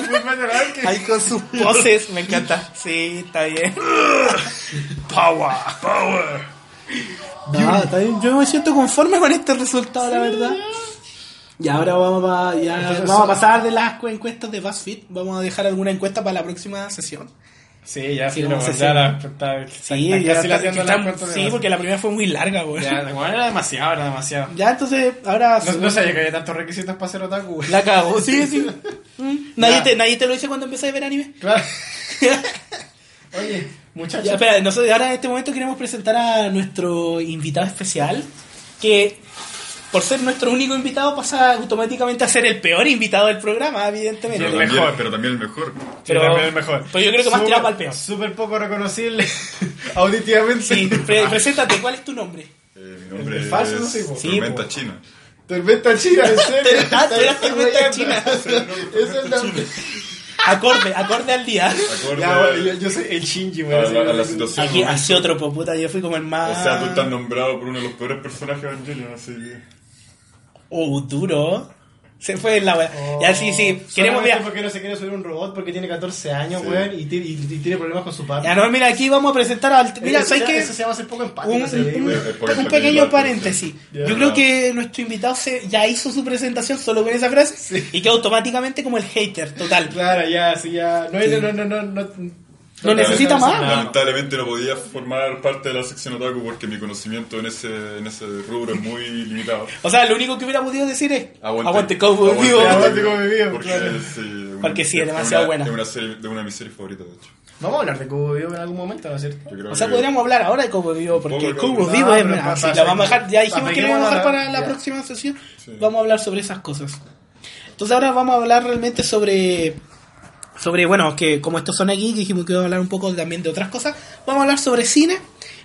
Ahí con sus poses, me encanta. Sí, está bien.
Power. Power.
No, Ah, está bien. Yo me siento conforme con este resultado, la verdad. Y ahora vamos a, ya vamos a pasar de las cu- encuestas de BuzzFeed. Vamos a dejar alguna encuesta para la próxima sesión.
Sí, ya
Sí,
sí, lo
como se
ya la
Sí,
está
ya
casi
está-
haciendo
que
la
está-
cuenta de
sí,
más.
porque la primera fue muy larga, güey.
Ya, bueno, era demasiado, era demasiado.
Ya, entonces, ahora.
No, no sabía que había tantos requisitos para ser otaku, weón.
La cago, sí, sí. Mm, Nadie,
Ya.
te, nadie te lo dice cuando empecé a ver anime. *laughs*
Claro.
ya,
Oye, muchachos.
espera, nosotros ahora en este momento queremos presentar a nuestro invitado especial. Que por ser nuestro único invitado pasa automáticamente a ser el peor invitado del programa, evidentemente.
Pero
el
también,
mejor.
pero también el mejor.
pero,
pero-
también el mejor.
pero yo creo que más
Súper-
tirado pa'l peor.
Súper poco reconocible *laughs* auditivamente.
Sí, pre- preséntate, ¿cuál es tu nombre?
Eh, mi nombre
El
es
falso, no sé, po.
Sí,
Tormenta
po.
China.
Tormenta china, en serio.
Ah, tú
*laughs*
eras tormenta china.
Ese es la-
pues, Acorde, acorde al día.
Acorde
Ya, bueno, yo, yo soy el Shinji,
a, la, a la
weón.
situación.
Aquí,
¿no?
hace otro, po, puta, yo fui como el más.
O sea, tú estás nombrado por uno de los peores personajes de Evangelion, así que.
Oh, duro. Se fue la wea. ya, sí, sí.
Oh,
Queremos,
Solamente
mira,
porque no se quiere subir un robot porque tiene 14 años,
Sí.
weón, y, tiene- y- y tiene problemas con su padre.
ya no, mira, aquí vamos a presentar al. Mira,
eso,
¿sabes
se-
qué?
Oh. Eh, Eso se llama ser poco empático.
Un,
se-
un-
es porque
un
está
pequeño
privado,
paréntesis.
sí.
Yo
Ya.
creo que nuestro invitado se, ya hizo su presentación solo con esa frase y que automáticamente como el hater total.
Claro, ya, sí, ya. No,
Sí.
no, no, no, no.
No necesita más,
nada.
weón.
Lamentablemente no podía formar parte de la sección otaku porque mi conocimiento en ese, en ese rubro es muy
*laughs*
limitado.
O sea, lo único que hubiera podido decir es
Aguante,
aguante Cowboy
Aguante,
vivo.
Aguante,
Cowboy
Cowboy Vivo,
Porque,
claro.
sí, una-
Porque sí, es demasiado
una-
buena.
Es una serie, de una de mis series favoritas, de hecho.
Vamos a hablar de Cubo Vivo en algún momento, ¿no es cierto?
Yo creo
O sea,
que-
podríamos hablar ahora de Cowboy vivo porque
poco de
Cowboy
Cowboy
vivo
Vivo.
es
No,
una-
pero
sí,
pasa-
la vamos a dejar, ya dijimos
pasa
que
que
la vamos a dejar
vamos a
para la
hablar, ya.
próxima sesión.
Sí.
Vamos a hablar sobre esas cosas. Entonces ahora vamos a hablar realmente sobre sobre bueno, que como estos son aquí, que dijimos que iba a hablar un poco también de otras cosas, vamos a hablar sobre cine,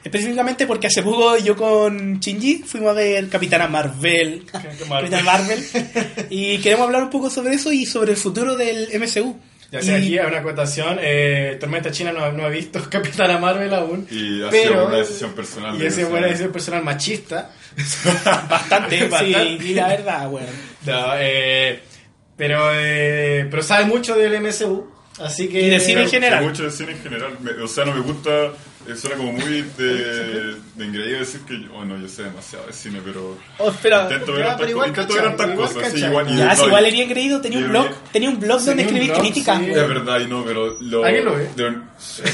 específicamente porque hace poco yo con Shinji fuimos a ver
*laughs*
Capitana Marvel, Capitana Marvel y queremos hablar un poco sobre eso y sobre el futuro del MCU.
Ya sea
Y-
aquí hay una acotación, eh, Tormenta China no, no ha visto *laughs* Capitana Marvel aún.
Y ha
pero-
sido una decisión personal.
Y
de
ese
que
fue una
sea-
decisión personal machista.
*laughs* Bastante,
*laughs* Bastante.
sí, y la verdad, bueno.
No, eh, pero, eh, pero sabe mucho del MCU. Así que.
Y de cine en general.
Sí, Mucho de cine en general. Me- o sea, no me gusta. eh, Suena como muy de, de engreído decir que. yo- Oh, no, yo sé demasiado de cine, pero.
Oh, espera.
intento ver
ya,
hartas
pero
co-
igual
intento
cachai,
ver hartas
igual
cosas. sí,
cachai.
igual, y
Ya, si
no,
Ah, igual
y-
era engreído, tenía un
y-
blog, tenía un blog donde
Tenía un
escribí
blog,
críticas,
sí.
Es
güey.
verdad, y no, pero. Lo,
¿Alguien lo ve?
de- hay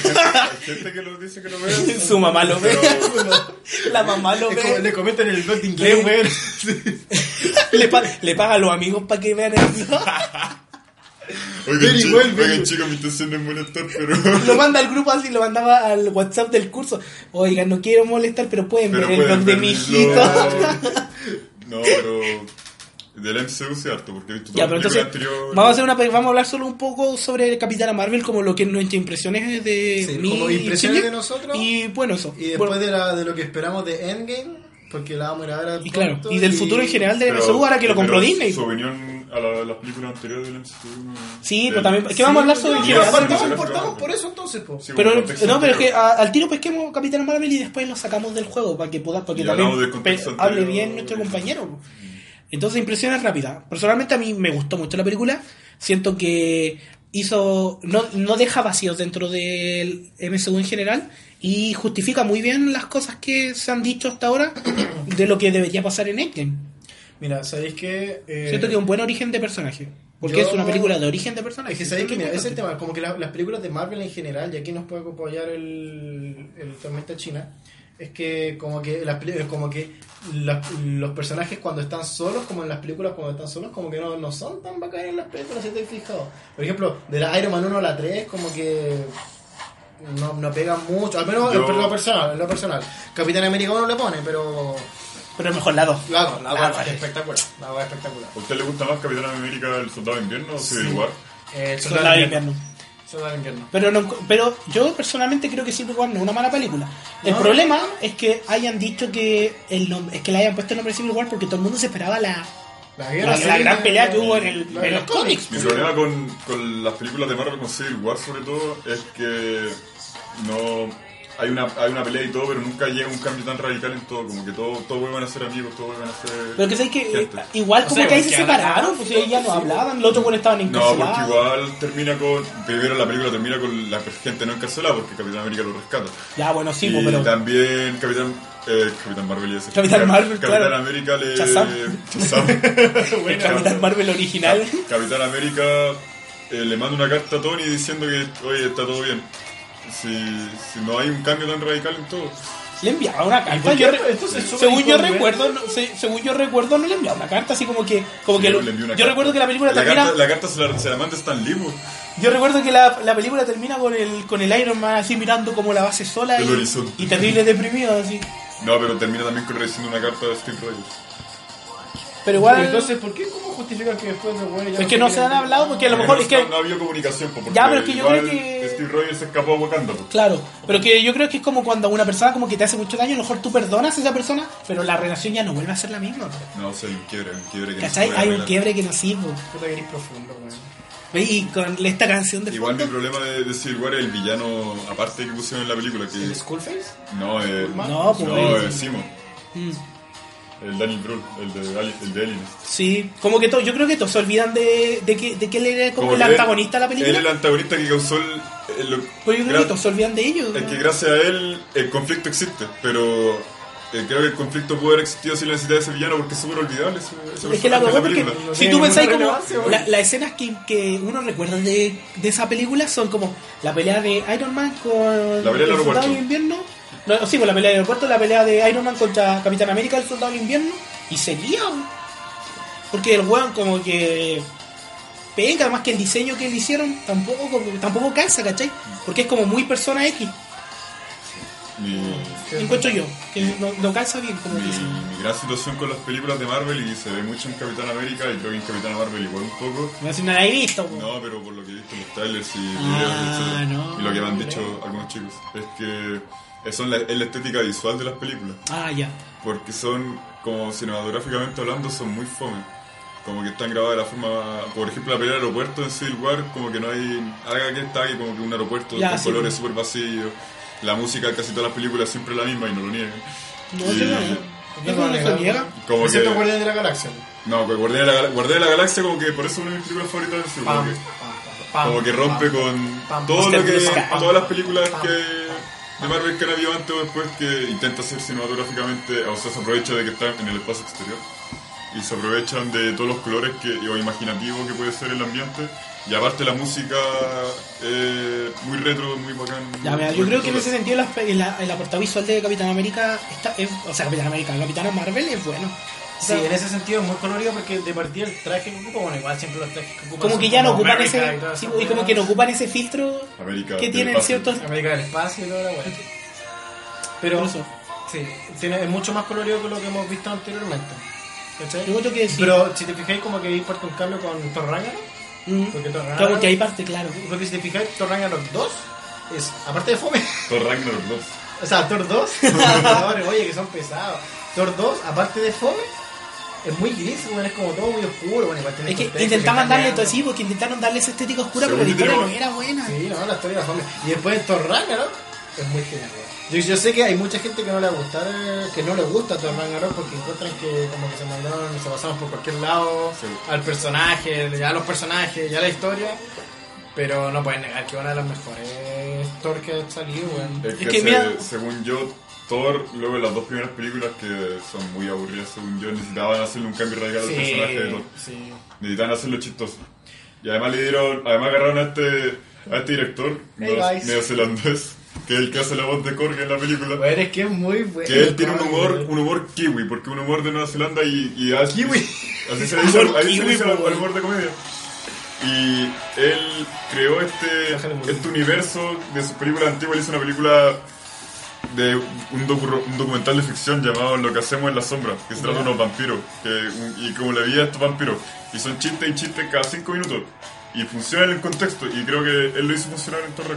gente que lo dice
*laughs*
que lo ve.
*laughs* Su mamá lo ve,
Pero-
la mamá lo
Es
*laughs*
como
ve,
le comentan en el blog de inglés, weón.
le, pa- le paga a los amigos para que vean el blog,
Oigan,
*laughs* Very
chico,
well, very
oigan, chicos, mi intención no es molestar,
*laughs*
pero.
lo manda al grupo así, lo mandaba al WhatsApp del curso. Oigan, no quiero molestar, pero pueden
Pero
ver el blog
pueden
de
ver
mi
mi
hijito.
blog. No, pero. Del MCU sí harto, porque he visto
*laughs* Ya,
todas
pero
las
entonces
películas anteriores.
vamos a hacer una pe- vamos a hablar solo un poco sobre Capitana Marvel como lo que nuestras impresiones de
Sí,
mí
como
y
impresiones
Shinji.
de nosotros.
y bueno eso.
Y después
Bueno,
de, la, de lo que esperamos de Endgame, porque la vamos a grabar
y claro, y del futuro en general de MCU ahora que lo
pero
compró Disney.
Su opinión a la- las películas anteriores del MCU.
Sí,
del-
pero también. Es que vamos a hablar sobre.
no,
el
pero
general.
aparte-
Nos
Sí,
importamos
sí,
por eso entonces, po.
Sí,
pero
un contexto
no, pero es que
anterior.
a- al tiro pesquemos Capitán Marvel y después lo sacamos del juego para que pueda, para que
Y hablamos del
también
contexto
pe- hable
anterior.
bien nuestro compañero. Entonces, impresiones rápidas. Personalmente a mí me gustó mucho la película. Siento que hizo no, no deja vacíos dentro del MCU en general y justifica muy bien las cosas que se han dicho hasta ahora de lo que debería pasar en Endgame.
Mira, ¿sabéis que eh,
Siento que es un buen origen de personaje. Porque
yo-
es una película de origen de personaje.
Es que sabéis que mira, ese es el
importante.
tema, como que la- las películas de Marvel en general, y aquí nos puede apoyar el, el Tormenta China, es que como que las peli- como que las- los personajes cuando están solos, como en las películas cuando están solos, como que no, no son tan bacanas en las películas, si te has fijado. Por ejemplo, de la Iron Man 1 a la 3, como que no, no pegan mucho, al menos
Yo-
en lo personal, en lo personal. Capitán América 1 le pone, pero
Pero es mejor la dos.
claro, la
La
hueá
dos.
es espectacular, la hueá es espectacular.
¿A usted le gusta más Capitán América, el Soldado de Invierno o Civil War?
Eh,
Soldado de Invierno.
Soldado de Invierno.
Pero, no, pero yo personalmente creo que Civil War no es una mala película. El
No.
problema es que hayan dicho que el nom- es que le hayan puesto el nombre de Civil War porque todo el mundo se esperaba la,
La,
la,
guerra
la
civil-
gran pelea que hubo en, el,
la-
en los
los
cómics.
Mi problema con, con las películas de Marvel, con Civil War sobre todo, es que no hay una, hay una pelea y todo, pero nunca llega un cambio tan radical en todo, como que todos todo vuelven a ser amigos, todos vuelven a ser...
Pero que sabes que eh,
gente.
igual
O
como
sea,
que ahí
igual
se
que
separaron,
hablaban,
pues ellos ya no hablaban, los otros bueno estaban
No, porque
encarcelados.
igual termina con... Primero la película termina con la gente no encarcelada porque Capitán América lo rescata.
ya, bueno, sí,
y
pues, pero
también Capitán... eh, Capitán Marvel y ese.
Capitán Marvel,
Capitán
claro.
América le...
Shazam. *laughs*
Shazam.
el Capitán Marvel original.
Capitán América eh, le manda una carta a Tony diciendo que, oye, está todo bien. Si, si no hay un cambio tan radical en todo.
Le enviaba una carta.
por qué?
yo re-
Esto es súper
según yo
incongruente.
recuerdo, no, se- según yo recuerdo, no le enviaba una carta así como que, como que
Le-
lo-
le envió una
yo
carta.
recuerdo que la película
la
termina
carta, la carta se la, se la manda Stan Lee, pues. po,
Yo recuerdo que la, la película termina con el, con el Iron Man así mirando como la base sola
El
y,
horizonte.
y terrible deprimido así.
No, pero termina también con recibiendo una carta de Steve Rogers.
Pero igual
Entonces, ¿por qué cómo justifican que después los güeyes ya
es que no se han
quieren-
hablado porque a lo
Porque
mejor
no,
es que...
no ha habido comunicación, po, porque
Ya, pero es que yo
igual
creo que-
Steve Rogers se escapó pues. a Wakanda, po.
Claro, pero que yo creo que es como cuando una persona como que te hace mucho daño, a lo mejor tú perdonas a esa persona, pero la relación ya no vuelve a ser la misma.
No, o sea, hay un quiebre, hay un quiebre que no se
¿Cachai?
puede
Hay un
arreglar.
quiebre que no sirve.
Puta que eres profundo, güey.
Ve, Y con esta *laughs* canción de
Igual mi
fondo...
problema de, de Civil War es el villano, aparte que pusieron en la película, que...
¿El Skullface?
No, eh,
No, pues,
no,
el-
eh, Simon.
Mm,
El Daniel Brühl, el de, Ali- el de Alien.
sí, como que to- yo creo que todos se olvidan de, de, que, de que él era como, el
que él-
antagonista de la película.
Él es el antagonista que causó el. el- lo-
Pero yo creo
gra-
que todos se olvidan de ellos.
es que gracias a él el conflicto existe, pero eh, creo que el conflicto pudo haber existido sin la necesidad de ese villano porque es súper olvidable ese, ese
Es que la
personaje en
cagó porque
película.
si
tiene
tú
ninguna
pensáis como
relevancia, güey.
la- las escenas que, que uno recuerda de, de esa película son como la pelea de Iron Man con
La pelea
el
del
soldado
aeropuerto.
del invierno. No, sí, con la pelea del aeropuerto, la pelea de Iron Man contra Capitán América, el soldado del invierno. Y sería. güey. Porque el weón como que... Venga, además que el diseño que le hicieron tampoco, como- tampoco cansa, ¿cachai? Porque es como muy persona X,
Mi,
encuentro yo, que no, no calza bien como
mi-
diseño.
mi gran situación con las películas de Marvel y se ve mucho en Capitán América y creo que en Capitán Marvel igual un poco.
No sé, no la he visto, güey.
No, pero por lo que he visto en los trailers y
Ah,
videos, etc.
no,
y lo que me han
hombre.
dicho algunos chicos, es que eso es la- es la estética visual de las películas.
Ah, ya.
Porque son, como cinematográficamente hablando, son muy fome. Como que están grabadas de la forma. Por ejemplo, la pelea del aeropuerto en Civil War, como que no hay. Haga que está ahí, como que un aeropuerto
Ya,
con
sí,
colores súper vacíos. La música de casi todas las películas siempre es la misma y no lo niegan.
No,
Y-
yo no. Eso no se niega.
Como que.
Excepto Guardianes de la Galaxia.
No, que Guardianes de la Gal- Guardianes de la Galaxia, como que por eso es una de mis películas favoritas del cine.
Pam,
como que-
pam, pam,
Como que rompe
pam.
con
pam,
todo
Mr.
lo que.
Blue Sky.
Todas las películas
Pam,
que. De Marvel que han habido antes o después que intenta hacer cinematográficamente, o sea, se aprovecha de que están en el espacio exterior y se aprovechan de todos los colores que, o imaginativo que puede ser el ambiente y aparte la música eh, muy retro, muy bacán.
Ya, mira, yo creo que en ese sentido la, la, la portada visual de Capitán América está, es- o sea, Capitán América, Capitana Marvel es bueno. O
Sí,
sea,
en ese sentido es muy colorido porque de partida el traje que ocupa, bueno, igual siempre los trajes que ocupan.
como
son
que ya no ocupan
pues, América
ese,
y todas
sí,
esas
y como que no
weas.
ocupan ese filtro
América
que
del
tienen
espacio.
ciertos
América del espacio y toda la wea. Pero
Incluso.
sí, tiene, es mucho más colorido que lo que hemos visto anteriormente. ¿Cachai?
Yo creo que sí.
Pero si te fijáis, como que ahí parte un cambio con Thor Ragnarok.
Mm.
Porque Thor
Claro,
Ragnarok.
porque hay parte, claro.
Porque si te fijáis, Thor Ragnarok 2 es, aparte de fome, *laughs*
Thor Ragnarok 2.
o sea, Thor
*laughs*
2, cabrones, oye, que son pesados. Thor 2, aparte de fome, es muy gris, weón, es como todo muy oscuro. Bueno, igual tiene
Es que
contexto,
intentaban
está
darle todo
creando.
así, porque intentaron darle esa estética oscura,
Según
pero la historia
yo-
no era buena.
Sí, no, la historia era fome. Y después en Thor Ragnarok es muy genial, weón. yo, yo sé que hay mucha gente que no le va a gustar, eh, que no le gusta Thor Ragnarok porque encuentran que como que se mandaron, se pasaron por cualquier lado,
Sí.
al personaje, ya a los personajes, ya a la historia. Pero no pueden negar que una de las mejores Thor que ha salido, weón.
Es que,
Es que
se-
mira-
según yo, Thor, luego de las dos primeras películas que son muy aburridas, según yo, necesitaban hacerle un cambio radical al personaje de Thor.
sí.
Necesitaban hacerlo chistoso. Y además le dieron, además agarraron a este, a este director
Hey,
neo-
guys.
neozelandés, que es el que hace la voz de Korg en la película.
Weón, es que es muy bueno.
Que él tiene un
weón.
humor, un humor kiwi, porque un humor de Nueva Zelanda y, y así,
Kiwi.
*laughs*
así se le dice,
Humor
así se le
kiwi,
dice al
po,
al humor de comedia. Y él creó este,
Bájale el volumen.
este universo de su película antigua, él hizo una película de un, docu- un documental de ficción llamado Lo que hacemos en la sombra, que se trata de unos vampiros que, un- y como la vida de estos vampiros. Y son chistes y chistes cada cinco minutos. Y funciona en el contexto. Y creo que él lo hizo funcionar en Torre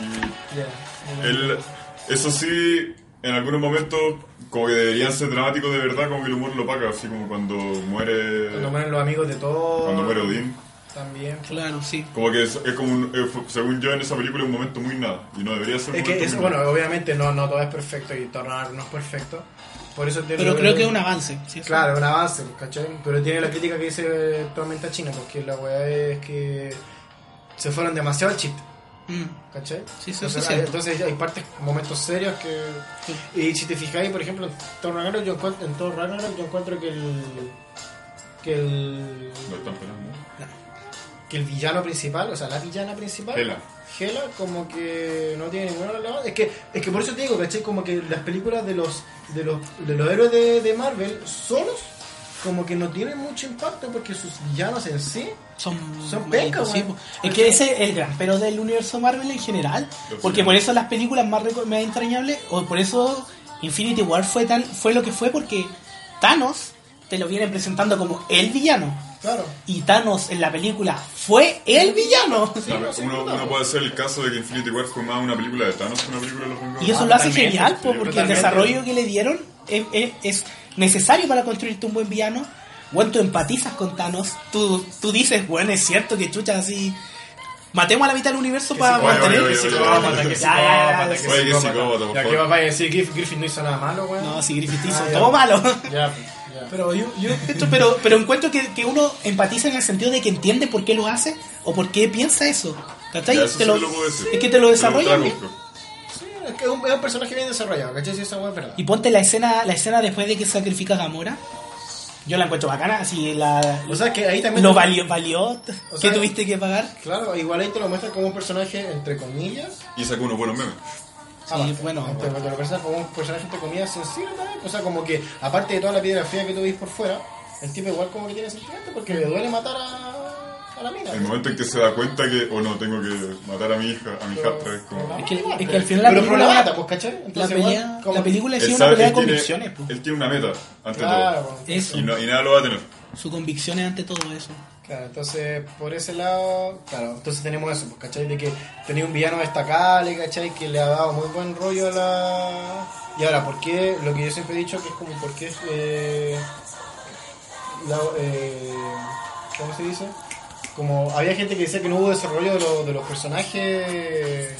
Y el- eso sí, en algunos momentos, como que deberían ser dramáticos de verdad, como que el humor lo paga, así como cuando muere.
Cuando mueren los amigos de todos.
Cuando muere Odín.
También.
Claro, sí.
Como que es, es como un. eh, fue- según yo, en esa película es un momento muy nada. Y no debería ser un
Es que,
momento
es,
muy
bueno,
nada.
obviamente no, no todo es perfecto y Tornar no es perfecto. Por eso tiene
Pero creo que es un avance. sí, eso.
Claro, es un avance, ¿cachai? Pero tiene la crítica que dice actualmente a China, porque la weá es que se fueron demasiado al chiste,
Mm.
¿cachai?
Sí, sí,
entonces,
sí,
hay,
cierto.
entonces hay partes, momentos serios que... Y si te fijáis, por ejemplo, en Thor Ragnarok yo encuentro, en Thor Ragnarok yo encuentro que el... Que el...
Lo están pelando.
Que el villano principal, o sea, la villana principal...
Hela.
Hela como que no tiene ninguna relevancia. Es que, es que por eso te digo, ¿cachai? Como que las películas de los de los, de los héroes de, de Marvel solos como que no tienen mucho impacto porque sus villanos en sí
Son,
Son
malditos,
pecas,
sí,
weón.
po. Es que ese es el gran pero del universo Marvel en general.
Los
Porque
villanos.
por eso las películas más, reco- más entrañables, o por eso Infinity War fue tan fue lo que fue, porque Thanos te lo vienen presentando como el villano.
Claro.
Y Thanos en la película fue el villano.
A ver, uno, uno puede hacer el caso de que Infinity War fue más una película de Thanos que una película de los Vengadores.
Y eso
Ah,
lo hace
totalmente,
genial,
sí,
po, porque
totalmente.
el desarrollo que le dieron es, es- es necesario para construirte un buen villano. Bueno, tú empatizas con Thanos, tú, tú dices, bueno, es cierto que chucha así. Matemos a la mitad del universo
Que
para
sí, oye,
mantener.
oye, oye,
Que
oye,
psicópata, que
Ya,
psicópata, que
ya, Oye, que
psicópata.
psicópata, por
Ya que
favor.
papá decir Griff- Griffin no hizo nada malo, weón. *laughs*
No, si Griffith hizo
Ah, ya.
todo malo.
Ya, ya.
Pero yo, yo encuentro- pero, pero encuentro que, que uno empatiza en el sentido de que entiende por qué lo hace o por qué piensa eso. ¿Cachai?
Ya, eso
Te
sí
lo-
te lo puedo decir.
es que te lo pues. desarrollan.
Pero
bien.
Dragon,
Sí, es que es un, es un personaje bien desarrollado, ¿cachai? Si esa weón es verdad.
Y ponte la escena, la escena después de que sacrifica a Gamora. Yo la encuentro bacana, así la,
O sea que ahí también.
lo valió, valió.
O
¿Qué
sea- ah,
tuviste que pagar?
Claro, igual ahí te lo muestran como un personaje entre comillas.
y sacó unos buenos memes.
Sí, bueno.
Entre, cuando lo presentan como un personaje entre comillas sencillo también. O sea, como que aparte de toda la piedra fría que tú veis por fuera, el tipo igual como que tiene sentimiento porque le duele matar a, a la mina.
El momento en que se da cuenta que, oh no, tengo que matar a mi hija, a mi hijastra, es como.
Es que, es que al final la
Pero por la
película,
mata, pues, ¿cachai?
la
Entonces, igual,
pelea,
como-
la película es
Él
una
sabe-
pelea
él
de
tiene-
convicciones. po.
Él tiene una meta, ante
Claro,
todo.
pues,
Eso,
Y, no- y nada lo va a tener.
su convicción es ante todo eso.
Claro, entonces por ese lado, claro, entonces tenemos eso, pues, ¿cachai? De que tenía un villano destacable, ¿cachai? Que le ha dado muy buen rollo a la... Y ahora, ¿por qué? Lo que yo siempre he dicho que es como, ¿por qué? eh, la- eh, ¿Cómo se dice? Como había gente que decía que no hubo desarrollo de, lo- de los personajes eh,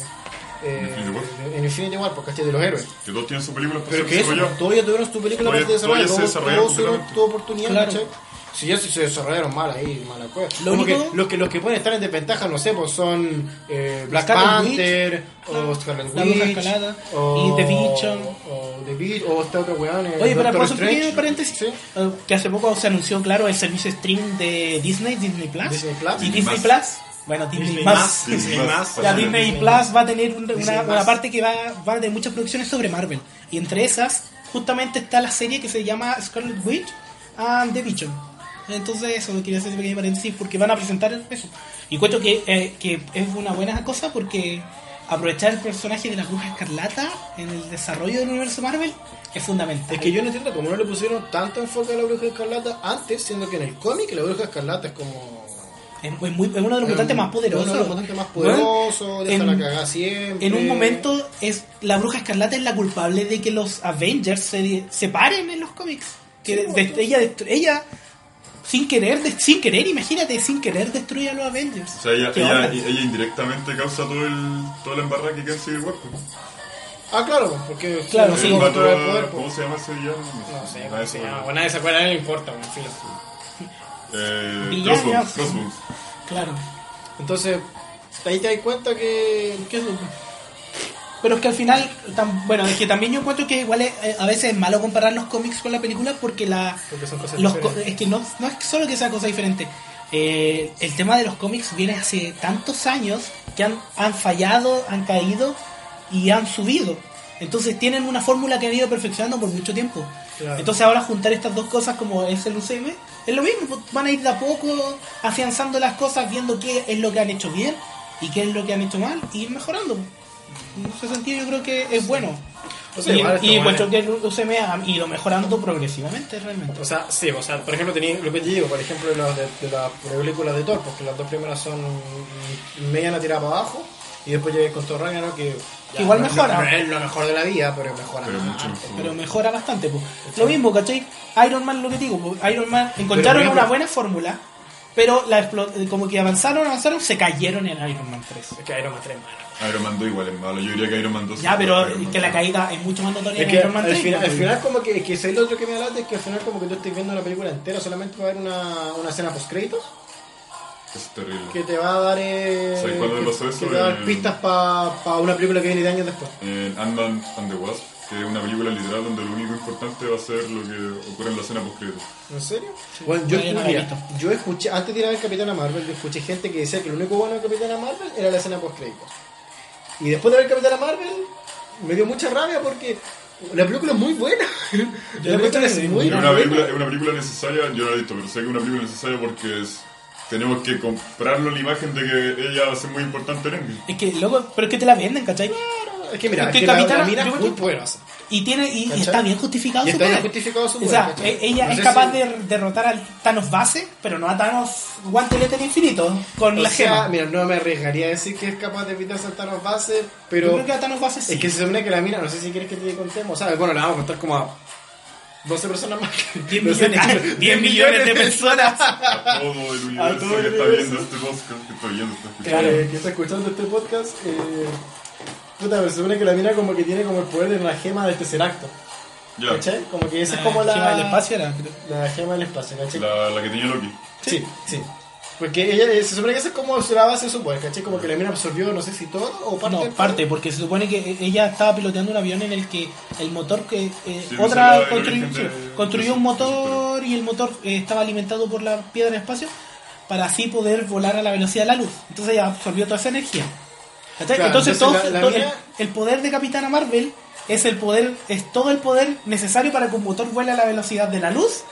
Infinity War.
de- en Infinity War, pues, ¿cachai? De los héroes.
Que todos tienen sus películas, pues,
Pero
se
que eso,
desarrolló.
todavía tuvieron tu película
Todavía-
para desarrollar,
todavía se
todos,
desarrollaron
todos tuvieron
completamente.
tu oportunidad,
Claro.
¿cachai? Si ya sí se desarrollaron mal ahí, mala cueva.
Lo
Como
único-
que los, que los que pueden estar en desventaja, no sé, pues son eh, Black
Scarlet
Panther, o Scarlet
La
Witch,
Bruja Escalada,
o,
y The Vision.
o The Vision, o este otro weón, el
Oye, pero
Doctor
por un
Strange.
pequeño paréntesis,
Sí.
eh, que hace poco se anunció, claro, el servicio stream de Disney, Disney Plus.
Disney Plus.
Y Disney
Disney
Plus, bueno, Disney, Más.
Disney
Disney
Plus.
más.
La Disney
Disney
Plus va a tener un- una,
Plus.
una parte que va, va a tener muchas producciones sobre Marvel. Y entre esas, justamente está la serie que se llama Scarlet Witch and the Vision. Entonces, eso lo quería hacer ese pequeño paréntesis porque van a presentar eso. Y cuento que, eh, que es una buena cosa porque aprovechar el personaje de la Bruja Escarlata en el desarrollo del universo Marvel es fundamental.
Es que yo no entiendo cómo no le pusieron tanto enfoque a la Bruja Escarlata antes, siendo que en el cómic la Bruja Escarlata es como...
Es, es muy- es uno de los mutantes más poderosos.
Uno de los mutantes más
Bueno,
poderosos, deja
en-
la cagada siempre.
En un momento es la bruja escarlata es la culpable de que los Avengers se separen en los cómics. Que
Sí,
de-
pues,
bueno,
de- ella, destru- ella sin querer, de- sin querer, imagínate, sin querer destruye a los Avengers.
O sea, ella,
¿Qué
ella,
onda?
ella indirectamente causa todo el, toda la embarrada que queda en Civil War. pues.
Ah, claro, porque
Claro,
Eh, El
sí.
como
vato,
controla el poder,
¿Cómo
pues.
se llama ese villano?
No sé,
Ah,
cómo
eso,
se llama. Bueno, nadie se acuerda, a nadie le importa, bueno, en fin.
Eh,
Villano.
Crossbones. Crossbones.
Claro.
Entonces,
Ahí te das cuenta que. que eso. Pero es que al final, tam- bueno, es que también yo encuentro que igual es- eh, a veces es malo comparar los cómics con la película porque la,
Porque son cosas
los co-
diferentes.
es que no, no es solo que sea cosa diferente. Eh, el tema de los cómics viene hace tantos años que han, han fallado, han caído y han subido. Entonces tienen una fórmula que han ido perfeccionando por mucho tiempo.
Claro.
Entonces ahora juntar estas dos cosas como es el UCM, es lo mismo, pues, van a ir de a poco afianzando las cosas, viendo qué es lo que han hecho bien y qué es lo que han hecho mal y ir mejorando. En ese sentido yo creo que es bueno.
O sea,
y
igual está
y
bueno.
encuentro que el UCM ha ido mejorando progresivamente realmente.
O sea, sí, o sea, por ejemplo, tenía lo que te digo, por ejemplo, de, las- de- de las películas de Thor, porque las dos primeras son media la tirada para abajo, y después llegué con Thor Ragnarok, que ya,
Igual
no-
mejora.
no es lo mejor de la vida, pero mejora.
Pero mucho
bastante.
mejor.
Pero mejora bastante. pues. Lo mismo, ¿cachai? Iron Man, lo que te digo, pues, Iron Man encontraron
Pero,
una
pero-
buena fórmula, pero la explo- eh, como que avanzaron, avanzaron, se cayeron en Iron Man 3.
Es que Iron Man 3 es malo.
Iron Man 2 igual es malo. Yo diría que Iron Man 2
Ya,
es
pero
mejor que Iron
que la
Man
caída es mucho más notoria
Es
en
que
Iron Man
al
3.
final,
pues.
al final como que, que sé lo otro que me hablaste, es que al final como que tú estás viendo una película entera solamente para ver una, una escena post créditos
dos. Es terrible.
que te va a dar eh,
¿Sabes cuándo me
que-
pasó eso?
que te va a
Eh,
dar pistas para una película que viene de años después.
En Ant-Man and the Wasp, que es una película literal donde lo único importante va a ser lo que ocurre en la escena post-crédito.
¿En serio? Bueno, yo,
Bueno,
mira,
listo.
yo escuché, antes de ir a ver Capitana Marvel, yo escuché gente que decía que lo único bueno de Capitana Marvel era la escena post-créditos. Y después de ver Capitana Marvel, me dio mucha rabia porque la película es muy buena. *laughs*
Yo
la
creo
película
que
es
sí.
muy
Es una, película,
buena.
es una película necesaria, yo no la he visto, pero sé que es una película necesaria porque es- tenemos que comprarlo la imagen de que ella va a ser muy importante en Endgame.
Es que, loco, pero es que te la venden, ¿cachai?
Es que mira,
Es
es
que
que la-
Capitana-
la mina
yo
es
creo
muy
que-
poderosa.
Y tiene y, y
¿Cachai?
está bien justificado
Y
su
está bien
poder.
justificado su
O
poder,
sea,
¿cachai?
e- ella
No
es
sé
capaz
si-
de derrotar al Thanos base, pero no a Thanos guantelete al infinito con
O
la
sea,
gema.
mira, no me arriesgaría a decir que es capaz de evitar saltarnos bases,
Yo
pero
creo que a Thanos base sí.
es que se supone que la mina, no sé si quieres que te contemos, o sea, bueno, la vamos a contar como a 12 personas más. *laughs*
10
No sé,
millones, 10 millones de personas.
A
*laughs*
todo el universo
todo el
que está
universo.
viendo este podcast, que está viendo, está escuchando.
Claro.
que está escuchando este podcast, eh, puta, pero se supone que la mina como que tiene como el poder de la gema del tercer acto,
Ya,
¿cachai? Como que esa es
La
como la
Ah, gema del espacio era, creo.
La gema del espacio, ¿cachai?
la, la que tenía
*laughs*
Loki.
Sí, sí.
Porque ella eh, se supone que esa es como la base de su poder, ¿cachai? Como que la mina absorbió, no sé si todo o parte.
No,
del
parte, porque se supone que e-, ella estaba piloteando un avión en el que el motor que eh,
Sí, no se
otra
hablaba del
construyó,
origen de-
construyó un
de-
motor y el motor eh, estaba alimentado por la piedra del espacio para así poder volar a la velocidad de la luz. Entonces ella absorbió toda esa energía. ¿Cachai?
Claro,
entonces
entonces
todo-
la- la
todo el-
mina-
el poder de Capitana Marvel es el poder es todo el poder necesario para que un motor vuele a la velocidad de la luz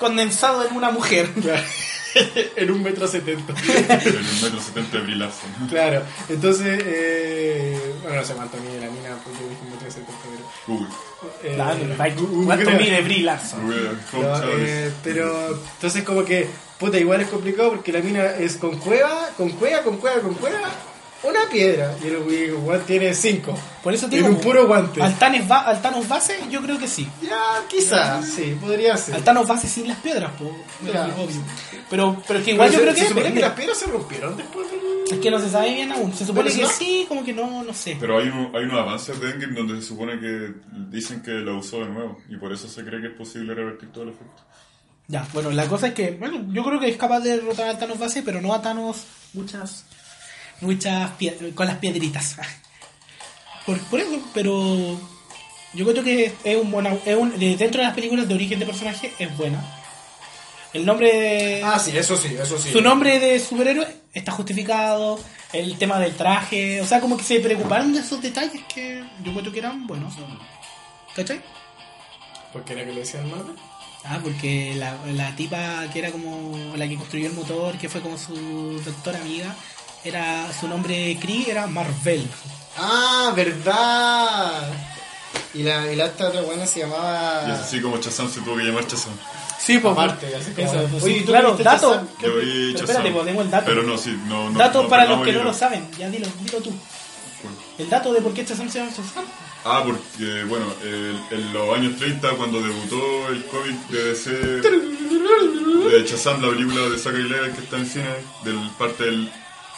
condensado en una mujer.
*laughs* en un metro setenta.
En un metro setenta de brilazo.
claro. Entonces, eh, bueno, no sé cuánto mide la mina, porque yo dije un metro setenta, pero. eh,
Google.
*laughs* ¿Cuánto
creo.
mide Brie Larson?
Google, Home
No,
Service.
eh, pero entonces como que, puta, igual es complicado porque la mina es con cueva, con cueva, con cueva, con cueva, una piedra. Y el güey igual tiene cinco.
Por eso te
En
digo,
un puro guante.
Al Thanos ba- al Thanos base, yo creo que sí.
Ya, quizás, sí, podría ser.
Al Thanos base sin las piedras, po.
Claro.
obvio. Pero, pero es que igual
Pero
yo
se-
creo que,
se supone que las
depende.
piedras se rompieron después del...
es que no se sabe bien aún. Se supone
Pero
que
no.
sí, como que no, no sé.
Pero hay, uno- hay unos avances de Endgame donde se supone que dicen que la usó de nuevo y por eso se cree que es posible revertir todo el efecto.
Ya, bueno, la cosa es que, bueno, yo creo que es capaz de derrotar al Thanos base, pero no a Thanos muchas, muchas pie- con las piedritas. *laughs* Por, por eso, pero yo creo que es, es un buena, es un, de- dentro de las películas de origen de personaje es buena. El nombre de...
Ah, sí, eso sí, eso sí.
Su nombre de superhéroe está justificado, el tema del traje, o sea, como que se preocuparon de esos detalles que yo creo que eran buenos. ¿Cachai?
¿Por qué era que le decían Marvel?
Ah, porque la, la tipa que era como la que construyó el motor, que fue como su doctora amiga, era su nombre Cree era Marvel.
Ah, verdad. Y la, y la esta otra buena se llamaba...
Y es así como Chazam se tuvo que llamar Chazam.
Sí, pues.
Aparte, así como-
Eso, pues,
Oye,
sí,
¿tú
claro,
viste
dato.
Shazam?
Yo vi
Pero
Chazam.
espérate, pues, demos el dato.
Pero no, sí, no. no
Dato
no,
para
perdamos
los que
el
no lo
hilo.
saben, ya dilo, dilo tú.
¿Cuál?
El dato de por qué Chazam se llama Shazam.
Ah, porque, bueno, el- en los años 30, cuando debutó el cómic de DC, de Chazam, la película de Zachary Levi que está en cine, del parte del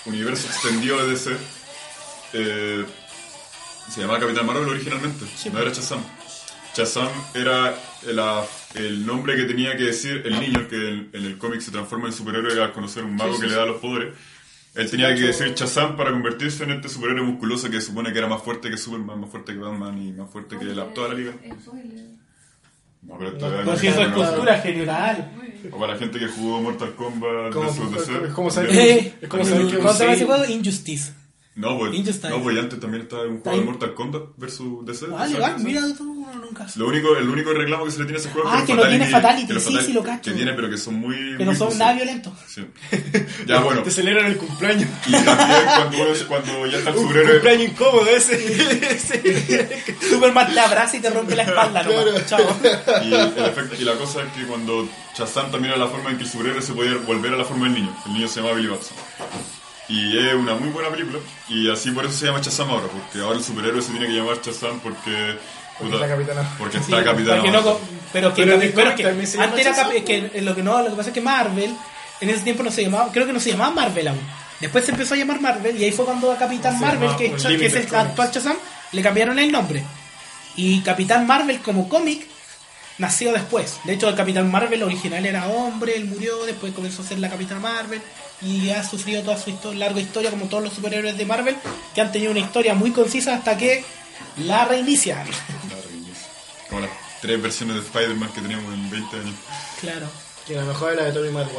universo extendido de DC, eh, se llamaba Capitán Marvel originalmente, no era Chazam. Chazam era la- el nombre que tenía que decir el niño que en, en el cómic se transforma en superhéroe al conocer un mago que le da los poderes. Él tenía que decir Shazam para convertirse en este superhéroe musculoso que supone que era más fuerte que Superman, más fuerte que Batman y más fuerte que la, toda la liga.
Spoiler.
No, pero todavía
Pero
no
Pues si eso es
no sé.
cultura general.
Muy bien.
O para la gente que jugó Mortal Kombat
¿Cómo-
versus DC.
cómo
*laughs*
sabe-
Eh,
Es como saber que
¿Cómo se llama ese
sí.
juego? Injustice.
No, pues,
Injustice.
no, pues antes también estaba un juego
Time.
de Mortal Kombat versus DC.
Vale,
¿sabes?
vale, mira tú, uno nunca sabe.
Lo único, el único reclamo que se le tiene a ese juego
Ah,
es
que
que,
no
los
tiene fatality,
que los
sí, sí, lo cacho.
Que tiene, pero que son muy.
Que no
muy
son
cruciales.
nada violentos.
Sí. Ya, bueno.
Te celebran el cumpleaños.
Y también cuando, es- cuando ya
*laughs*
está el superhéroe.
cumpleaños incómodo ese.
Superman te abraza y te rompe la espalda nomás. Chao.
Y, el efecto- y la cosa es que cuando Shazam también era la forma en que el superhéroe se podía volver a la forma del niño. El niño se llama Billy Batson. Y es una muy buena película. Y así por eso se llama Shazam ahora. Porque ahora el superhéroe se tiene que llamar Shazam porque.
Porque está Capitana.
Porque
Sí,
está Capitán
porque no
Marvel.
co- pero
Pero
que, pero
en el
que-
cómic también se llama
antes era cap-
Shazam,
que eh, lo que no, lo que pasa es que Marvel en ese tiempo no se llamaba, creo que no se llamaba Marvel aún. Después se empezó a llamar Marvel y ahí fue cuando a Capitán Marvel,
llamaba
que, es Cha- que es
Unlimited
el actual Shazam, le cambiaron el nombre. Y Capitán Marvel como cómic nació después. De hecho, el Capitán Marvel original era hombre, él murió, después comenzó a ser la Capitán Marvel y ha sufrido toda su histo- larga historia como todos los superhéroes de Marvel que han tenido una historia muy concisa hasta que la reinician.
Como las tres versiones de Spider-Man que teníamos en 20 años.
claro.
Que la mejor es la de Tobey Maguire.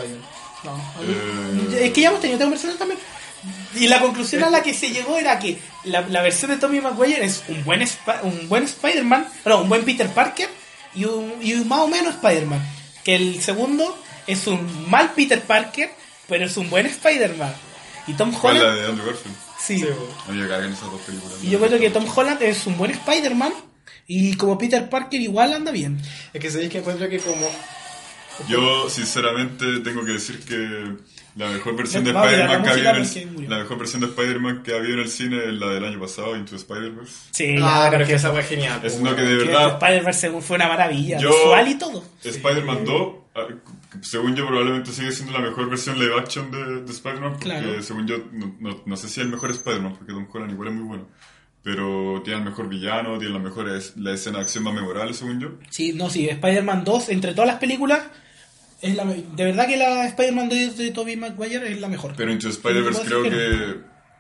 No, a mí-
Eh.
Es que ya hemos tenido esta conversación también. Y la conclusión a la que se llegó era que la, la versión de Tommy Maguire es un buen, Spa- un buen Spider-Man, no, un buen Peter Parker y un, y un más o menos Spider-Man. Que el segundo es un mal Peter Parker, pero es un buen Spider-Man. Y Tom
¿Cuál es la
Holland,
de Andrew Garfield?
sí.
A mí me cargan esas dos películas.
Y yo creo que Tom Holland es un buen Spider-Man y como Peter Parker igual anda bien.
Es que sabéis que encuentro que como.
Yo, sinceramente, tengo que decir que la mejor versión
No,
de
vamos a
Spider-Man que
la
había
música
en
porque
el,
murió.
la mejor versión de Spider-Man que había en el cine es la del año pasado, Into the Spider-Verse.
Sí,
Ah,
ya,
pero es que esa fue genial. pues,
Es lo que de
que
verdad,
Spider-Verse fue una maravilla,
Yo-
visual y todo.
Spider-Man 2, ah, según yo, probablemente sigue siendo la mejor versión live action de, de Spider-Man. Porque
Claro.
según yo, no, no- no sé si es el mejor Spider-Man, porque Tom Holland igual es muy bueno. Pero tiene el mejor villano, tiene la mejor es- la escena de acción más memorable, según yo.
Sí, no, sí, Spider-Man 2, entre todas las películas, es la, me- de verdad que la Spider-Man de, de Tobey Maguire es la mejor.
Pero Into the Spider-Verse
Pero
creo
puedo decir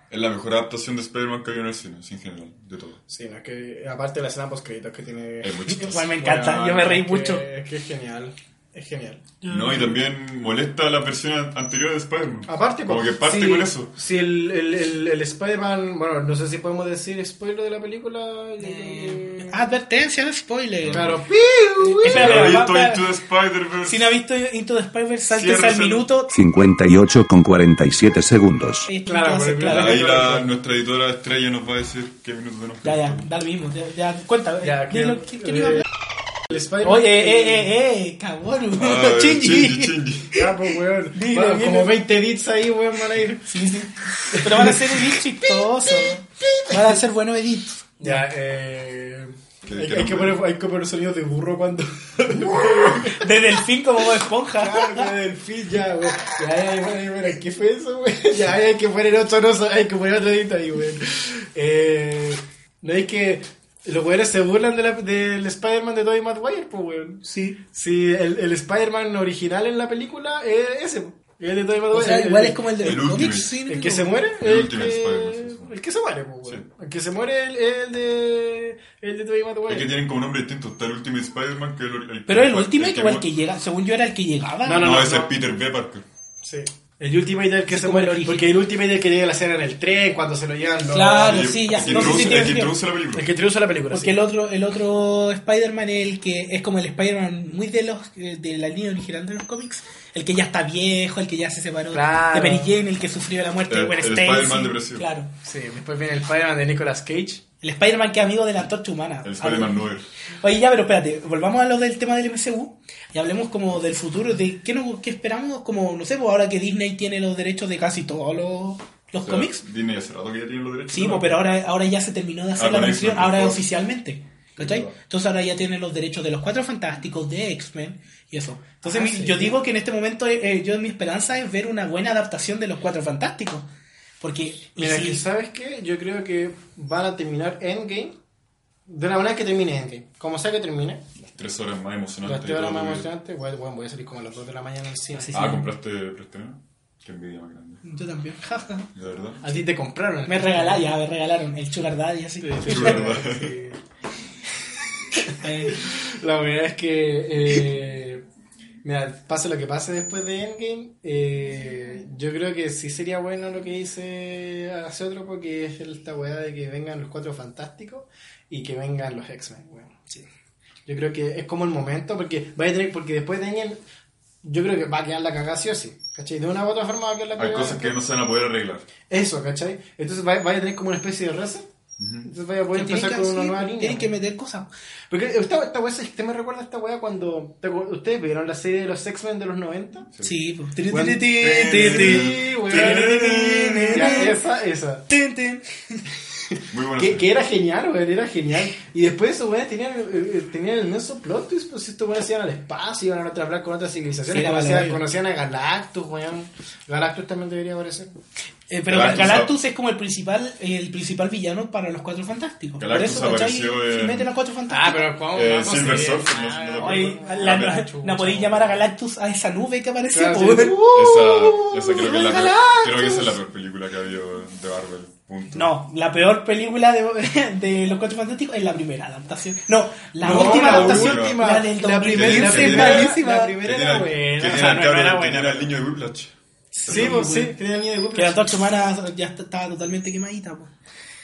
que es la mejor adaptación de Spider-Man que hay en el cine, así en general, de todo.
Sí, no, es que aparte de la escena post que tiene.
Es muy chistoso.
Igual me encanta, yo me reí
es que-
mucho.
Es que es genial. Es genial.
No, y también molesta la versión an- anterior de Spider-Man.
Aparte,
Como
pues,
que parte
si-
con eso.
Si el, el, el, el Spider-Man. Bueno, no sé si podemos decir spoiler de la película. yo creo
Eh,
que-
advertencia de spoiler.
Claro. ¡Piu!
Si
Espera,
no
espera,
he
va-
visto
va-
Into the
Si
Spider-Verse,
no ha visto Into the Spider-Verse, saltes
Cierra
al
ese-
minuto. Este,
58 con 47 segundos.
Sí,
Claro,
entonces,
por el-
claro.
ahí la, nuestra editora estrella nos va a decir qué minutos tenemos. que
Ya, ya, *laughs*
estar.
da lo mismo. Ya, ya, cuenta. eh,
Ya,
dilo,
que-
¿qué- qué le iba a
eh,
hablar?
El Spider-Man.
Oye, eh, eh, eh, cabrón. *laughs*
Ah,
Chingy.
chingi.
Ya, pues, weón.
Dile,
Bueno,
dile.
como 20 edits ahí, weón, van a ir.
Sí, sí. Pero van a ser edits chistosos. Van a ser buenos edits.
Ya, eh.
Que-
Hay,
que
hay
no-
que poner, hay que poner sonidos de burro
*laughs*
cuando.
De delfín como Bob esponja.
Claro, del fin, ya, güey. Ya, ya, ya, ya, ya, ¿qué fue eso, güey? Ya, ya, hay que poner otro, no, hay que poner otro dedito ahí, güey. Eh, no es que los güeyes se burlan de la- del Spider-Man de Tobey Maguire, pues, güey.
Sí.
Sí, el, el Spider-man original en la película es ese, po. el de Tobey Maguire.
O sea,
el-
igual
el-
es como el de
el
los
Ultimate.
cómics, sí,
El
pero-
que se muere,
El
el,
último Spider-Man, sí,
que,
sí.
el que se muere, pues, güey.
Sí.
El que se muere el, el de el de Tobey
Es que
Maguire.
tienen como nombre distinto. Está el Ultimate Spider-Man, que es el,
Pero el
que-
Ultimate
que
o el
mu-
que llega, según yo era el que llegaba.
No,
No, no, no,
ese
no.
es Peter B. Parker.
Sí. El Ultimate del que
Es
se
como el
muere,
origen.
porque el Ultimate del que llega a la escena en el tren, cuando se lo llevan los...
Claro,
El-
sí, ya.
El que
No sé si
introduce,
tiene
el que
sentido.
introduce la película.
El que triunfa la película,
Porque
sí.
el otro, el otro Spider-Man es el que es como el Spider-Man muy de los eh, de la línea original de los cómics, el que ya está viejo, el que ya se separó
Claro.
de Mary Jane, el que sufrió la muerte
El-
de Gwen
el
Stacy.
Spider-Man depresivo.
Claro.
Sí, después viene el Spider-Man de Nicolas Cage.
El Spider-Man que es amigo de la antorcha humana.
El Spider-Man
Algo.
9.
Oye, ya, pero espérate, volvamos a lo del tema del MCU y hablemos como del futuro, de qué, nos, qué esperamos, como, no sé, pues ahora que Disney tiene los derechos de casi todos los, los cómics,
Disney hace rato que ya tienen los derechos.
Sí,
¿no?
pues, pero ahora, ahora ya se terminó de hacer
Ah,
la
con
versión,
X-Men,
ahora
por favor.
oficialmente. ¿Cachai? Entonces ahora ya tienen los derechos de los cuatro fantásticos, de X-Men y eso.
Ah,
Entonces mi- yo digo que en este momento eh, eh, yo mi esperanza es ver una buena adaptación de los cuatro fantásticos. Porque y
Mira,
si-
que ¿sabes qué? Yo creo que van a terminar Endgame de la manera que termine Endgame. Como sea que termine.
Tres horas más
Las
emocionantes. y
tres horas
todo,
más
porque-
emocionantes. Bueno, bueno, voy a salir como a las 2 de la mañana al cine.
Sí, sí.
Ah, ¿compraste preestreno? Qué envidia más grande.
Yo también.
De verdad.
Ah,
A ti te compraron.
me regalaron, ya me regalaron el sugar daddy así.
De verdad.
*laughs* Eh,
La verdad es que. eh, mira, pase lo que pase después de Endgame, eh, yo creo que sí sería bueno lo que dice hace otro, porque es esta weá de que vengan los cuatro fantásticos y que vengan los X-Men, weón. Yo creo que es como el momento, porque vaya a tener, porque después de Endgame, yo creo que va a quedar la cagada sí o sí, ¿cachai? De una u otra forma va a quedar la
Hay
cagada.
cosas que no se van a poder arreglar.
Eso, ¿cachai? Entonces vaya, vaya a tener como una especie de reset. Entonces vaya a poder
tienen que,
empezar con una
sí,
nueva línea.
tienen que
weón.
meter cosas.
Porque esta, esta weá, ¿sabes? ¿Te me recuerda a esta weá cuando. te acu- ¿Ustedes vieron la serie de los X-Men de los 90?
Sí, pues.
Bueno, eh,
Tin, tin, tin, tin.
Sí, weón. Ya, Esa, esa.
Tin, tin.
Muy buena
Que,
serie.
que era genial, weón, era genial. Y después esos weones tenían, eh, eh, tenían el nuestro plot twist, pues estos weones iban al espacio, iban a otra- hablar con otras civilizaciones,
Sí, era
conocían,
malo,
conocían a Galactus, weón. Galactus también debería aparecer.
Eh, pero
Galactus,
Galactus, es como el principal el principal villano para los Cuatro Fantásticos.
Galactus
Por eso, ¿cachai?
apareció en-
Si meten a Cuatro
Ah,
Fantásticos.
¿cómo? pues,
Eh, Silver Surfer. no- no lo
Oye,
recuerdo.
la-
Ah,
no,
pero-
no podéis llamar a Galactus a esa nube que apareció.
Claro,
po,
sí. pues,
weón.
Esa, esa creo, que es la peor,
¡Uh! Galactus.
creo que esa es la peor película que ha habido de Marvel. Punto.
No, la peor película de, *laughs* de Los Cuatro Fantásticos es la primera adaptación. No, la
No,
última
la
adaptación.
última.
La del
La
2015
primera, la
es
primera-
malísima.
la
Que
primera
tiene,
era
que
buena.
tiene
O sea,
al
no
cabro
era
que
buena.
tenía al niño de Whiplash.
*laughs* Sí, pues sí, tenía el niño de
Que
Whiplash.
las dos semanas ya est- estaba totalmente quemadita. po.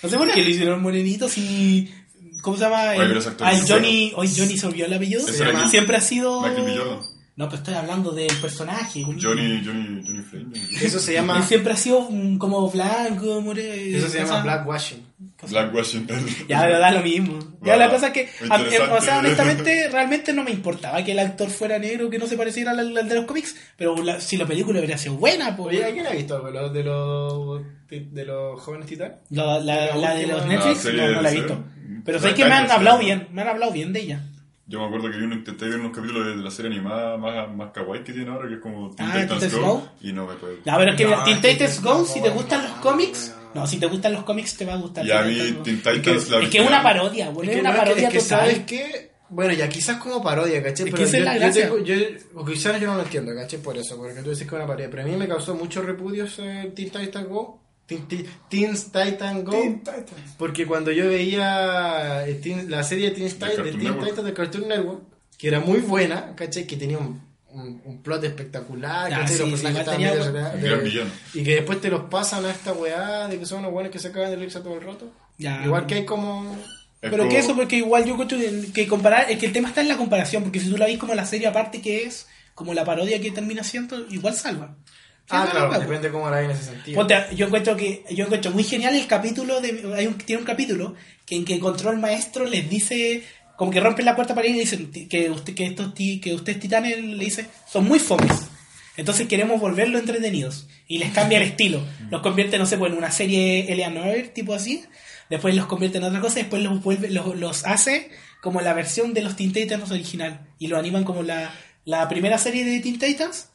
No sé por qué le hicieron morenito si... ¿Cómo se llama?
Oye,
El-
pero ese actor
al
es
Johnny, hoy Johnny se olvidó el apellido.
Ese
Se
era
llama-
Mick-
Siempre ha sido...
Michael B. Jordan.
No, pero estoy hablando del personaje. boludo.
Johnny, Johnny, Johnny Flame. Johnny Flame.
Eso se
Él
llama,
siempre ha sido mm, como blanco, moreno.
eso se llama
cosa-
blackwashing.
Blackwashing.
Ya, pero da lo mismo. Ya
Va,
la cosa es que, a- eh, o
interesante.
sea, honestamente, realmente no me importaba que el actor fuera negro, que no se pareciera al, al de los cómics, pero la- si la película hubiera sido buena, pues.
Oye, ¿quién ha visto de los, de los, de los jóvenes titanes?
La, la- la de los
La
Netflix,
serie
no, no la he
de-
visto.
sí.
Pero
La
sé que me han
Titan,
hablado
sí.
bien, me han hablado bien de ella.
Yo me acuerdo que vi un, intenté ver unos capítulos de, de la serie animada más, más kawaii que tiene ahora, que es como Teen
Ah,
Titans
Titans
Go.
Go.
Y no me puedo.
La verdad es que mira,
No,
Teen
es que
Titans
es
Go,
una
si te
buena,
gustan los cómics, no, si te gustan los cómics te va a gustar.
Ya
Teen
vi
Titans Go.
Teen Titans la
Es que es una
original.
parodia, boludo,
que
es una
no, es que-
parodia
es que ¿sabes
total.
qué? Bueno, ya quizás como parodia, ¿cachai?
Es
Pero
que esa es
yo,
la
yo
gracia.
tengo- yo- o quizás yo no lo entiendo, ¿cachai? Por eso, porque tú dices que es una parodia. Pero a mí me causó muchos repudios eh, Teen Titan Go. Teen, Teen- Teen Titan Go. Porque cuando yo veía eh, Teen- la serie de Teen, Titan- de
Cartoon
Teen
Network.
Titans de Cartoon Network, que era muy buena, ¿cachai? Que tenía un, un- un plot espectacular,
Ah,
¿cachai?
sí,
Los
sí,
personajes
igual
estaban
tenía
medio
buen-
sacados
Un
de-
gran villano.
y que después te los pasan a esta weá de que son unos buenos que se acaban de risa todo el rato.
Ya.
Igual que hay como.
Es
Pero
como-
que eso, porque igual yo creo que comparar, es que el tema está en la comparación, porque si tú la ves como la serie aparte que es, como la parodia que termina siendo, igual salva.
Ah,
Siempre
claro,
la huevo.
depende cómo la hay en ese sentido.
Ponte a- yo encuentro que yo encuentro muy genial el capítulo de hay un, tiene un capítulo que en que encontró el maestro les dice como que rompen la puerta para ir y le dicen ti- que usted que estos ti- que ustedes titanes le dice son muy fomes entonces queremos volverlo entretenidos y les cambia el estilo los convierte no sé pues en una serie Eleanor tipo así después los convierte en otra cosa y después los vuelve los, los hace como la versión de los Teen Titans original y lo animan como la la primera serie de Teen Titans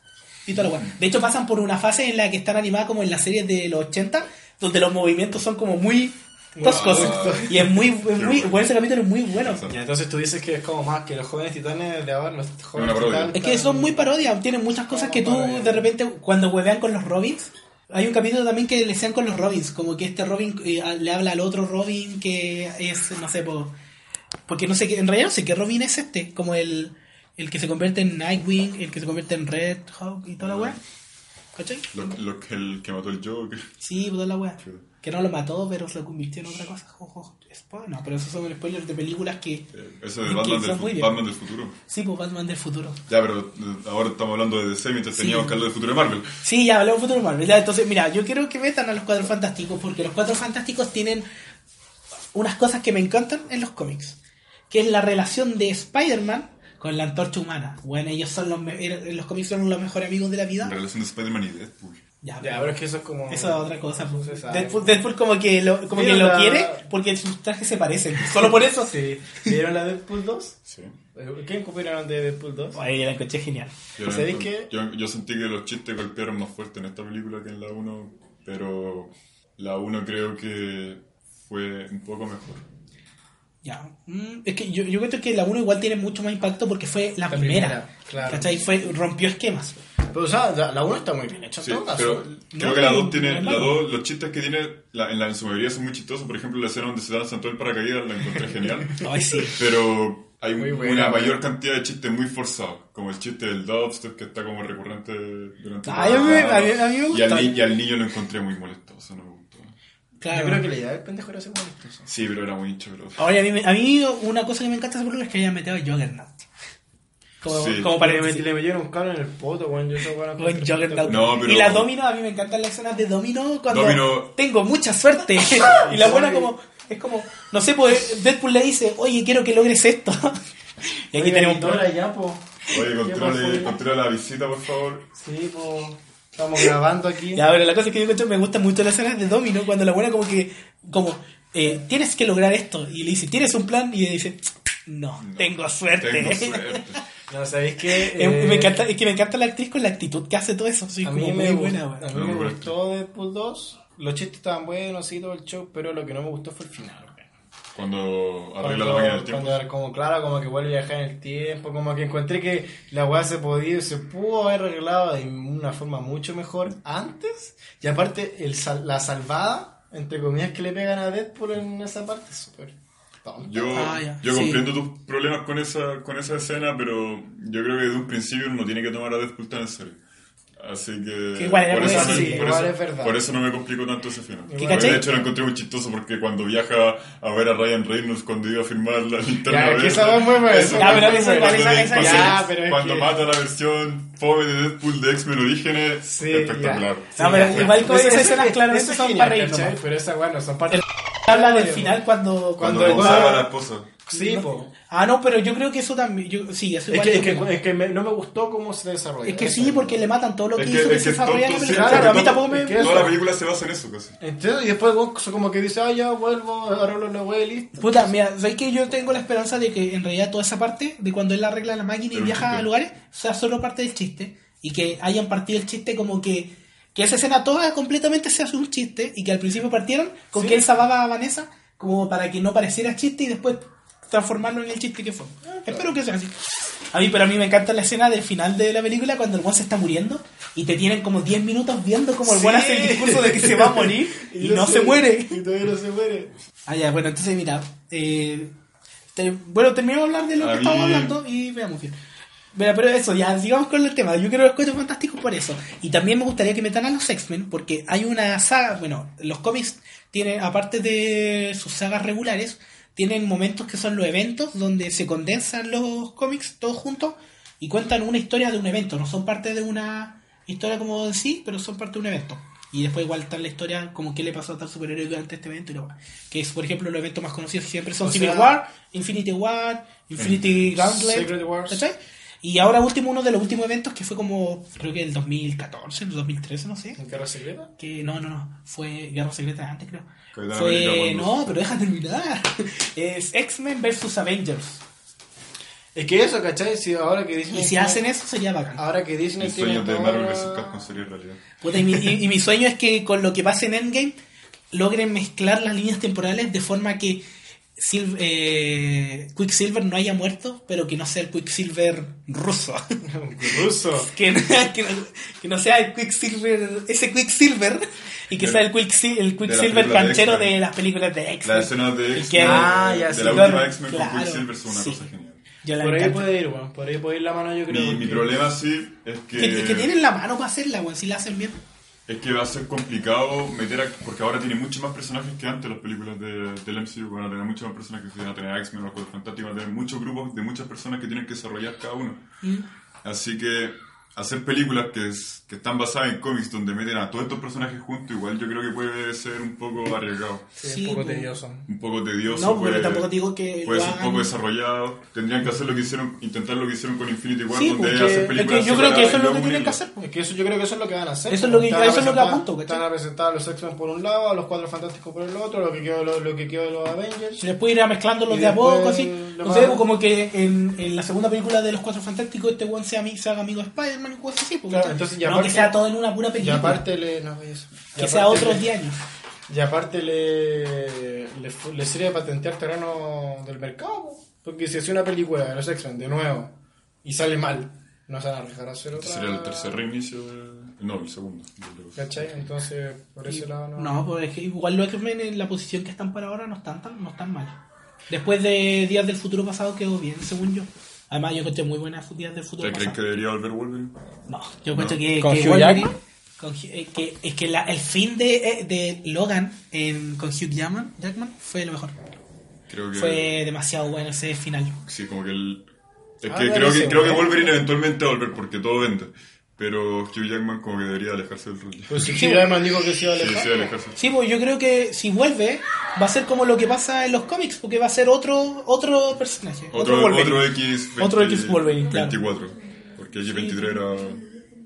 y toda la weá. De hecho, pasan por una fase en la que están animadas como en las series de los 80, donde los movimientos son como muy toscos. Y es muy, es muy bueno, ese capítulo es muy bueno.
Ya, entonces tú dices que es como más que los jóvenes titanes de ahora, los jóvenes
una parodia.
titanes.
Es que son muy parodias, tienen muchas cosas que tú de repente, cuando huevean con los Robins, hay un capítulo también que le sean con los Robins, como que este Robin eh, le habla al otro Robin que es, no sé, po- porque no sé qué, en realidad no sé qué Robin es este, como el, el que se convierte en Nightwing, el que se convierte en Red Hawk y toda la weá. ¿Cachai?
Lo, lo que el que mató el Joker.
Sí, puta la wea.
Chuta.
Que no lo mató, pero se lo convirtió en otra cosa. Jo, jo, spoiler. No, pero esos son spoilers de películas que.
Eh, Eso
Es
de
que
Batman del,
son muy
fu-
bien.
Batman del futuro.
Sí, pues Batman del futuro.
Ya, pero eh, ahora estamos hablando de DC mientras teníamos que hablar del futuro de Marvel.
Sí, ya hablamos de futuro Marvel. Ya, entonces, mira, yo quiero que metan a los cuatro fantásticos porque los cuatro fantásticos tienen unas cosas que me encantan en los cómics. Que es la relación de Spider-Man con la antorcha humana. Bueno, ellos son los, me- er- en los cómics son los mejores amigos de la vida.
En relación de Spider-Man y Deadpool.
Ya,
Ya, pero es que eso es como.
Eso es otra cosa. pues.
se sabe.
Deadpool, Deadpool como que lo, como que
Mira
lo
la-
quiere porque sus trajes se parecen. Solo por eso.
Sí. ¿Vieron la Deadpool 2?
Sí.
Eh, ¿Quién copiaron de Deadpool 2?
Ahí la encontré genial.
Yo,
¿Sabéis
yo-
qué?
Yo, yo sentí que los chistes golpearon más fuerte en esta película que en la 1, pero la 1 creo que fue un poco mejor.
Ya. Mm, es que yo, yo creo que la 1 igual tiene mucho más impacto porque fue la, primera.
primera, claro.
¿Cachai? Fue, rompió esquemas.
Pero o sea, la 1 está muy bien hecha en
Sí,
todo
pero
caso.
creo que la 2 tiene. La dos, los chistes que tiene la- en, la, en su mayoría son muy chistosos. Por ejemplo, la escena donde se lanzan todo el paracaídas la
*laughs*
encontré genial.
Ay, sí.
Pero hay un-
buena,
una
güey.
mayor cantidad de chistes muy forzados. Como el chiste del dubstep que está como recurrente durante
Ay, a mí- a mí- a mí me
y, al,
gusta.
ni- y al niño lo encontré muy molestoso, no me gustó.
Claro.
Yo creo que la idea del pendejo era ser molestoso.
Sí, pero era muy hincho, pero.
Ah.
Ahora, a mí, me- a mí una cosa que me encanta de esa película es que hayan metido a Juggernaut. Como,
Sí.
como para que
le metieron un cable en el poto, weón. Yo esa weá la
Buen Juggernaut.
No, pero-
Y la Domino, a mí me encantan las escenas de Domino cuando
Domino-
tengo mucha
*laughs*
suerte. *laughs* y la buena como, es como, no sé, pues Deadpool le dice, oye, quiero que logres esto. *laughs* y aquí tenemos...
Ahora ya, po.
Oye,
pasó?
controla, controla la visita, por favor.
Sí, po. Estamos grabando aquí.
Ya, pero la cosa es que yo encuentro- me gustan mucho las escenas de Domino cuando la buena como que, como, eh, tienes que lograr esto. Y le dice, ¿tienes un plan? Y le dice, no,
No,
tengo suerte.
Tengo
*laughs*
suerte.
No, ¿sabéis qué?
Es-
Eh,
me encanta, es que me encanta la actriz con la actitud que hace todo eso. Sí,
A
como
mí
muy
me,
buena,
gustó,
weón.
a mí me
No, pero-
gustó Deadpool 2. Los chistes estaban buenos y todo el show, pero lo que no me gustó fue el final, weón.
Cuando arregla la
Cuando,
máquina del tiempo.
cuando como claro, como que vuelve a viajar en el tiempo, como que encontré que la weá se podía, se pudo haber arreglado de una forma mucho mejor antes. Y aparte, el sal- la salvada, entre comillas, que le pegan a Deadpool en esa parte, es súper tonta.
Yo,
Ah, ya.
yo
Sí.
comprendo tus problemas con esa, con esa escena, pero yo creo que desde un principio uno tiene que tomar a Deadpool tan en serio. Así que.
Que igual era
por, eso,
bueno,
me-
sí,
por,
igual
eso,
es verdad.
por eso no me complicó tanto ese final. Porque
cachai?
de hecho lo encontré muy chistoso porque cuando viaja a ver a Ryan Reynolds cuando iba a firmar la linterna.
Ya, que
verde,
esa va muy buena.
eso
Ya,
fue
pero
muy
esa-
bueno.
esa- esa-
Cuando-
ya, pero es
Cuando
que-
mata la versión pobre de Deadpool de X-Men Orígenes,
Sí,
espectacular.
No, pero igual como
Eso-
esas
eso-
escenas
eso
claramente
es
son
genial,
para reír.
¿cachai?
nomás.
Pero esa weá no son parte.
Habla del final cuando...
Cuando,
Cuando-
acusaba a la esposa.
Sí, po.
Ah, no, pero yo creo que eso también... Yo, sí, eso
Es
igual
que, es que, es que me- no me gustó cómo se desarrolla.
Es que sí, porque le matan todo lo que
Es que,
hizo que
es
se
que es tonto,
desarrolla en la
sí,
película.
porque
Claro, a mí
todo-
tampoco me...
es que
Toda
eso.
la película se basa en eso casi.
Entonces, y después vos como que dice, ah, ya vuelvo, arreglo la weá y listo.
Puta, mira, ¿sabes que yo tengo la esperanza de que en realidad toda esa parte, de cuando él arregla la máquina y
Pero
viaja
chiste.
a lugares, sea solo parte del chiste y que hayan partido el chiste como que, que esa escena toda completamente sea un chiste y que al principio partieron con que él salvaba a Vanessa como para que no pareciera chiste y después transformarlo en el chiste que fue. Espero que sea así. A mí, pero a mí me encanta la escena del final de la película cuando el guan se está muriendo y te tienen como 10 minutos viendo como el guan hace el discurso de que se va a morir *laughs* y, no se muere.
Y todavía no se muere.
Ah, ya, bueno, entonces mira. eh, te- bueno, terminamos de hablar de lo
A
que
mí-
estamos hablando y veamos bien. Mira, pero eso, ya, sigamos con el tema. Yo quiero los cuentos fantásticos por eso. Y también me gustaría que metan a los X-Men, porque hay una saga. Bueno, los cómics tienen, aparte de sus sagas regulares, tienen momentos que son los eventos donde se condensan los cómics todos juntos y cuentan una historia de un evento. No son parte de una historia como en sí, pero son parte de un evento. Y después igual está la historia como qué le pasó a tal superhéroe durante este evento y lo que es por ejemplo los eventos más conocidos que siempre son
O
Civil
sea-
War, Infinity War, Infinity Gauntlet,
Secret Wars.
¿cachai? Y ahora último uno de los últimos eventos que fue como creo que el 2014, el 2013, no sé.
¿En Guerra Secreta?
Que no, no, no, fue Guerra Secreta antes creo.
Capitán América
Fue,
cuando-
no, pero deja terminar. *laughs* Es X-Men versus Avengers.
Es que eso, ¿cachai? Si ahora que Disney.
Y si hacen eso sería bacán.
Ahora que Disney
El sueño
tiene
de
toda-
Marvel vs. Capcom sería realidad.
Puta, y, mi, y- y mi sueño es que con lo que pase en Endgame logren mezclar las líneas temporales de forma que Sil- eh, Quicksilver no haya muerto, pero que no sea el Quicksilver ruso. *laughs*
Ruso.
que, no, *laughs* que no- que no sea el Quicksilver, ese Quicksilver, y que
De-
sea el, Quicksil- el Quicksilver
película de
canchero
X-Men.
de las películas de
La
X-Men.
escena de
Y
X-Men,
que- Ah,
de
ya,
la
sí, claro,
última X-Men con
claro,
Quicksilver es una
sí.
cosa genial.
Yo la
Por ahí
encanta.
puede ir, weón. Por ahí puede ir la mano, yo creo.
Mi, mi
porque-
problema sí es que,
que, que tienen la mano para hacerla, weón, si la hacen bien.
es que va a ser complicado meter a, porque ahora tiene muchos más personajes que antes las películas de, del MCU van a tener muchos más personajes que van a tener a X-Men, los Cuatro Fantásticos, van a tener muchos grupos de muchas personas que tienen que desarrollar cada uno. Así que hacer películas que, es- que están basadas en cómics donde meten a todos estos personajes juntos, igual yo creo que puede ser un poco arriesgado,
Sí, un poco
weón.
tedioso.
un poco tedioso.
No, pero
puede-
tampoco digo que
Puede
lo
ser un
hagan-
poco desarrollado. Tendrían que hacer lo que hicieron, intentar lo que hicieron con Infinity War,
Sí,
donde
porque-
hacen
es que yo creo que
películas. separadas
eso es
y
lo que
luego
tienen que
unirlas.
hacer. po.
Es que eso yo creo que eso es lo que van a hacer.
Eso es lo que-
Están a
eso es lo que
presentar-
apunto, ¿cachai?
Están a presentar a los X-Men por un lado, a los Cuatro Fantásticos por el otro, lo que quedó, lo, lo que quedó de los Avengers.
Se les puede ir mezclándolos
Y
de a
después
poco, así.
lo
No sé,
van-
como que en, en la segunda película de Los Cuatro Fantásticos este weón sea, ami- se haga amigo de Spider-Man y cosas así. porque
Claro, entonces, y
no
aparte-
que sea todo en una pura
Y
película.
aparte le. No, eso. Y
que sea
aparte
otros
le-
10 años.
Y aparte le, le, fu- le sirve para tentear terreno del mercado. po. Porque si hace una película de los X-Men de nuevo y sale mal, No se van a arriesgar a hacer otra.
Este sería el tercer reinicio de... No, el segundo. yo creo.
¿Cachai? Entonces, por ese lado no.
No, pues es que igual los X-Men en la posición que están para ahora no están tan, no están mal. Después de Días del Futuro Pasado quedó bien, según yo. Además, yo encontré muy buenas Días del Futuro
¿Ustedes creen que
Pasado.
debería volver Wolverine?
No, yo encuentro que,
¿Con
que
Hugh
Wolverine-
Jackman?
con Hugh- eh, que- es que la- el fin de, eh, de Logan en- con Hugh Jackman, Jackman fue lo mejor.
Creo que...
Fue demasiado bueno ese final.
Sí, como que el... Es
Ah,
que
ya
creo,
lo
que
sé,
creo que
güey.
Wolverine eventualmente va a volver porque todo vende. Pero Hugh Jackman como que debería alejarse del rol. ya.
Pues si Chiraman dijo que se iba a
Sí,
alejar.
sí, alejarse.
Sí, pues yo creo que si vuelve, va a ser como lo que pasa en los cómics, porque va a ser otro, otro personaje.
Otro,
Wolverine.
otro X...
Otro X Wolverine, claro.
24. Porque X23 era...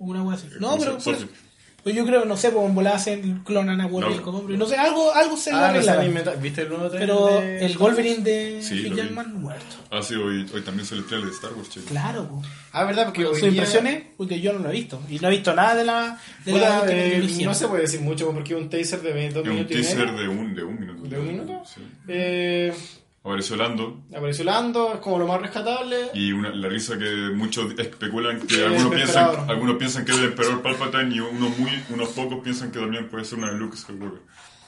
Una wea así. No,
¿cómo
pero
se-
por
Sophie?
eso- pues yo creo, no sé, pues en volada hacen clonan a Wolverine
No.
como hombre. No sé, algo, algo se va a
Ah, no se han
arreglar.
inventado. ¿Viste el nuevo trailer?
Pero
de-
el Wolverine de
Sí,
Hugh
lo vi.
Jackman muerto.
Ah, sí, hoy, hoy también celestial de Star Wars, che.
Claro, pues.
Ah, ¿verdad? Porque hoy
Sus
día-
impresiones, porque yo no lo he visto. Y no he visto nada de la. De
Puta,
la última
eh,
trilogía.
no se puede decir mucho porque un taser de dos
Es un
minutos y
teaser
medio.
de un, de un minuto.
¿De un minuto?
Sí.
Eh,
Apareció Lando
apareció Lando, es como lo más rescatable.
y una, la risa que muchos especulan
Sí,
que algunos piensan,
desesperado.
algunos piensan que es el emperador Palpatine y unos, muy, unos pocos piensan que también puede ser una de Luke Skywalker.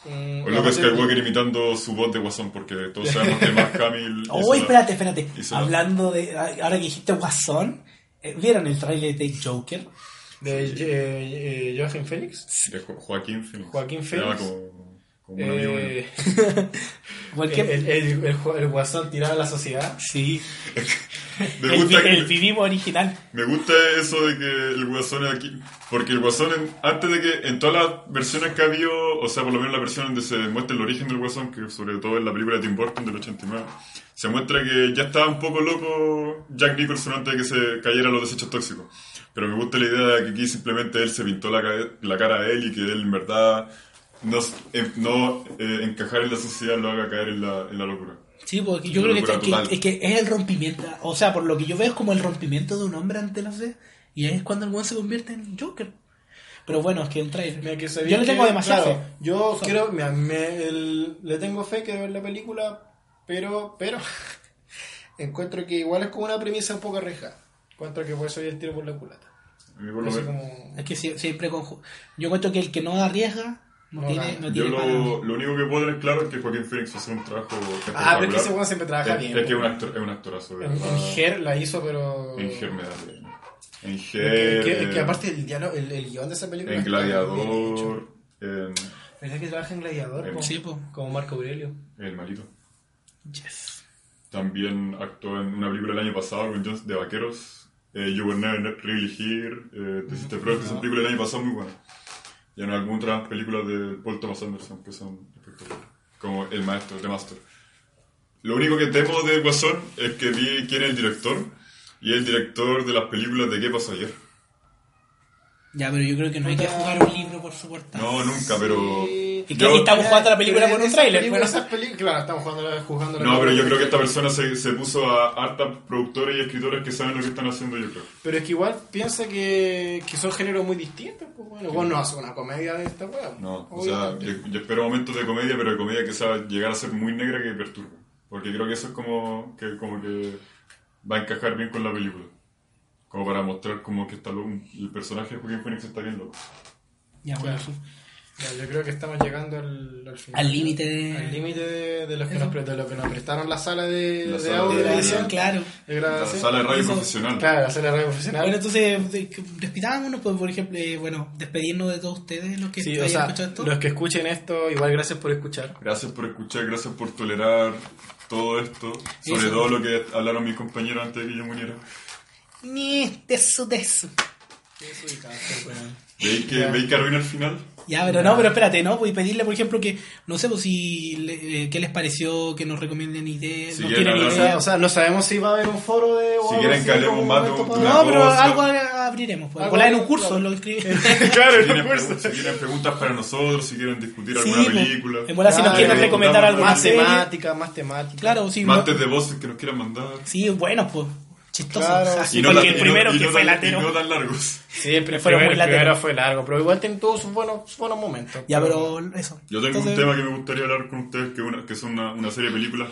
Mm,
O Luke
aparte-
Skywalker imitando su voz de guasón porque todos sabemos que Mark Hamill... hizo
Oh,
la-
espérate, espérate.
hizo la-
Hablando de. Ahora que dijiste Guasón, eh, ¿vieron el trailer de Joker?
De eh, eh, Joaquín Phoenix.
de Jo- Joaquín Phoenix.
Joaquín
Se llama
Phoenix.
Como, como un amigo mío.
Eh, el,
Eh,
Cualquier.
el, el, el ju- el guasón tirado a la sociedad.
sí,
Me
el, vi-
gusta que-
el vivimos original.
Me gusta eso de que el Guasón es aquí. Porque el Guasón, en- antes de que en todas las versiones que ha habido, o sea, por lo menos la versión donde se muestra el origen del Guasón, que sobre todo en la película de Tim Burton del 89, se muestra que ya estaba un poco loco Jack Nicholson antes de que se cayeran los desechos tóxicos. Pero me gusta la idea de que aquí simplemente él se pintó la, ca- la cara a él y que él en verdad no, s- eh, no, eh, encajar en la sociedad lo haga caer en la, en la locura.
Sí, porque yo
Una
creo que,
locura
este-
total.
que- es que es el rompimiento. O sea, por lo que yo veo es como el rompimiento de un hombre ante la sociedad. Y ahí es cuando el weón se convierte en Joker. Pero bueno, es que es un
Mira,
trailer.
que
Yo
sabía
le
que-
tengo demasiado.
claro,
fe.
yo quiero, mira, me- el- le tengo fe que ver la película, pero, pero *laughs* encuentro que igual es como una premisa un poco arriesgada. Encuentro que puede salir el tiro por la culata.
A mí por lo
Así
menos-
como-
Es que sie- siempre con. ju- Yo cuento que el que no arriesga no,
No
tiene.
gana.
No
Yo
tiene para-
lo, lo único que puedo tener claro es que Joaquín Phoenix hace un trabajo espectacular.
Ah, pero es que ese weón siempre trabaja
Es-
bien.
Es que es un, actor, es un actorazo, de
En,
verdad.
en Her la hizo, pero.
Ah. En Her me da bien. En
Que,
Her,
que- que
en-
aparte el, diálogo, el, el guión de esa película.
en
está bien hecho.
Gladiador, en
¿Verdad que trabaja en Gladiador?
En-
como-
Sí, pues. po.
Como Marco Aurelio.
El Malito.
Yes.
También actuó en una película el año pasado con Jones de Vaqueros. Eh, you Were Never Really Here. Eh, Te hiciste Pro, que es una película del año pasado muy buena. Y en algunas otras películas de Paul Thomas Anderson que son espectaculares. Como El Maestro, The Master. Lo único que temo de Guasón es que vi quién es el director. Y el director de las películas de ¿Qué pasó ayer?
Ya, pero yo creo que no hay que jugar un libro por su puerta.
No, nunca, pero...
Ah, Y que
yo-
aquí estamos jugando la película con un
Esas
tráiler.
películas,
bueno.
esas películas- claro, estamos jugando, jugando la
No, pero yo
película.
creo que esta persona se, se puso a hartas productores y escritores que saben lo que están haciendo, yo creo.
Pero es que igual piensa que, que son géneros muy distintos. Pues bueno, vos no haces una comedia de esta weá.
No, o sea,
obviamente.
yo, yo espero momentos de comedia, pero de comedia que sea llegar a ser muy negra que perturba. Porque creo que eso es como que, como que va a encajar bien con la película. Como para mostrar como que está lo- el personaje de Joaquín Phoenix está bien loco.
Ya, bueno, sí.
Ya, yo creo que estamos llegando al, al final.
Al límite de-
Al límite de, de los que nos, pre- de lo que nos prestaron la sala de,
La
de
sala
audio
de-
de grabación.
Grabación, claro.
De
La
grabación.
sala de radio
Eso-
profesional.
Claro, la sala de radio
Bueno,
profesional.
entonces, de- que- despidámonos, pues, por ejemplo, eh, bueno, despedirnos de todos ustedes, los que
Sí, o
hayan
sea,
escuchado esto.
los que escuchen esto, igual gracias por escuchar.
Gracias por escuchar, gracias por tolerar todo esto. Sobre
Eso.
todo lo que hablaron mis compañeros antes de que yo muriera.
Ni de eso, de eso.
¿Veis que, ¿veis que arruina el final?
Ya, pero no, pero espérate, ¿no? Voy a pedirle, por ejemplo, que, no sé, pues, si, le- eh, qué les pareció, que nos recomienden ideas,
Si
nos
quieren
tienen
hablar-
O sea,
ideas.
o sea, no sabemos si va a haber un foro de. o
Si
algo
quieren
así
que hablemos
como
más
un
de
momento
un-
para-
no, pero
cosa.
algo a- abriremos. Pues.
Algo
Ojalá en un
abrimos,
curso
claro.
lo escribimos.
*laughs* Si
*laughs* Claro,
quieren, pregun- si quieren preguntas para nosotros, si quieren discutir
Sí,
alguna
pues,
película.
en bola, si nos
Claro,
eh,
quieren
le
recomendar algo
más
más
temática, más temática.
Claro, sí. no-
Martes de voces que nos quieran mandar.
Sí, bueno, pues. Chistoso. *laughs*
Claro.
Así,
Y no
porque
tan-
el
y no-
primero
y
que
no
fue
tan-
latero.
Y no tan largos.
Siempre
Fueron
fueron
muy
muy
lateral.
primero fue largo, pero igual tienen todos sus buenos, sus buenos momentos.
Ya, pero eso.
Yo tengo
Entonces,
un tema que me gustaría hablar con ustedes, que, una, que son una, una serie de películas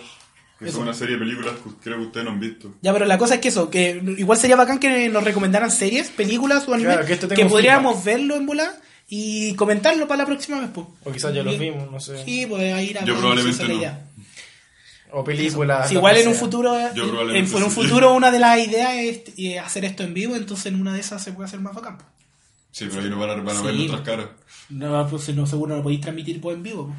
Es una serie de películas que creo que ustedes no han visto.
Ya, pero la cosa es que eso, que igual sería bacán que nos recomendaran series, películas o anime,
Claro, que
que,
esto tenga un pues.
podríamos verlo en bola y comentarlo para la próxima vez, pues.
O quizás ya los vimos, no sé.
Sí, pues ahí irá.
Yo probablemente no.
O películas.
Si
lo
igual
que
en un
sea.
futuro,
Yo
en,
probablemente
en un
sí.
futuro una de las ideas es eh, hacer esto en vivo, entonces en una de esas se puede hacer más bacán. pues.
Sí, pero ahí no van a, van a
Sí.
ver nuestras caras.
No, pues no, seguro no podéis transmitir pues en vivo.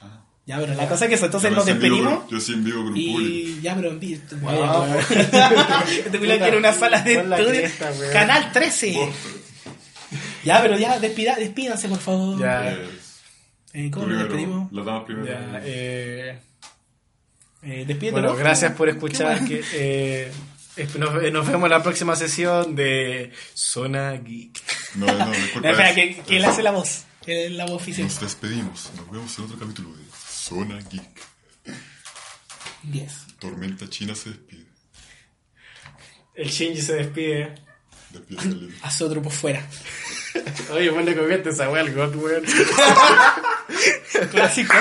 pues. Ya, pero la cosa es que eso, entonces
Yo
nos
sí Ah. en vivo
despedimos.
con- Yo sí en vivo con un público.
Y ya, pero en vivo. *laughs* Este culiao quiere una sala de
Pon la
estudio.
cresta, weón.
Canal 13. Ya, pero ya, despida, despídanse, por favor.
Ya.
Eh,
Eh,
tú
¿Cómo nos
primero,
despedimos?
Las damas primero.
Ya, eh,
Eh, despídete
bueno,
vos,
gracias
po.
por
Qué
escuchar.
bueno.
Que, eh, esp- nos, eh, nos vemos en la próxima sesión de Zona Geek.
*laughs*
No, no, disculpa.
Espera,
es-
que, que él hace la voz. Que es la voz oficial.
Nos despedimos. Nos vemos en otro capítulo de Zona Geek.
10.
Tormenta China se despide.
El Shinji se despide.
Despide Galeno.
Hace otro por fuera.
Oye, ponle coquete esa wea al God, weón.
Clásico.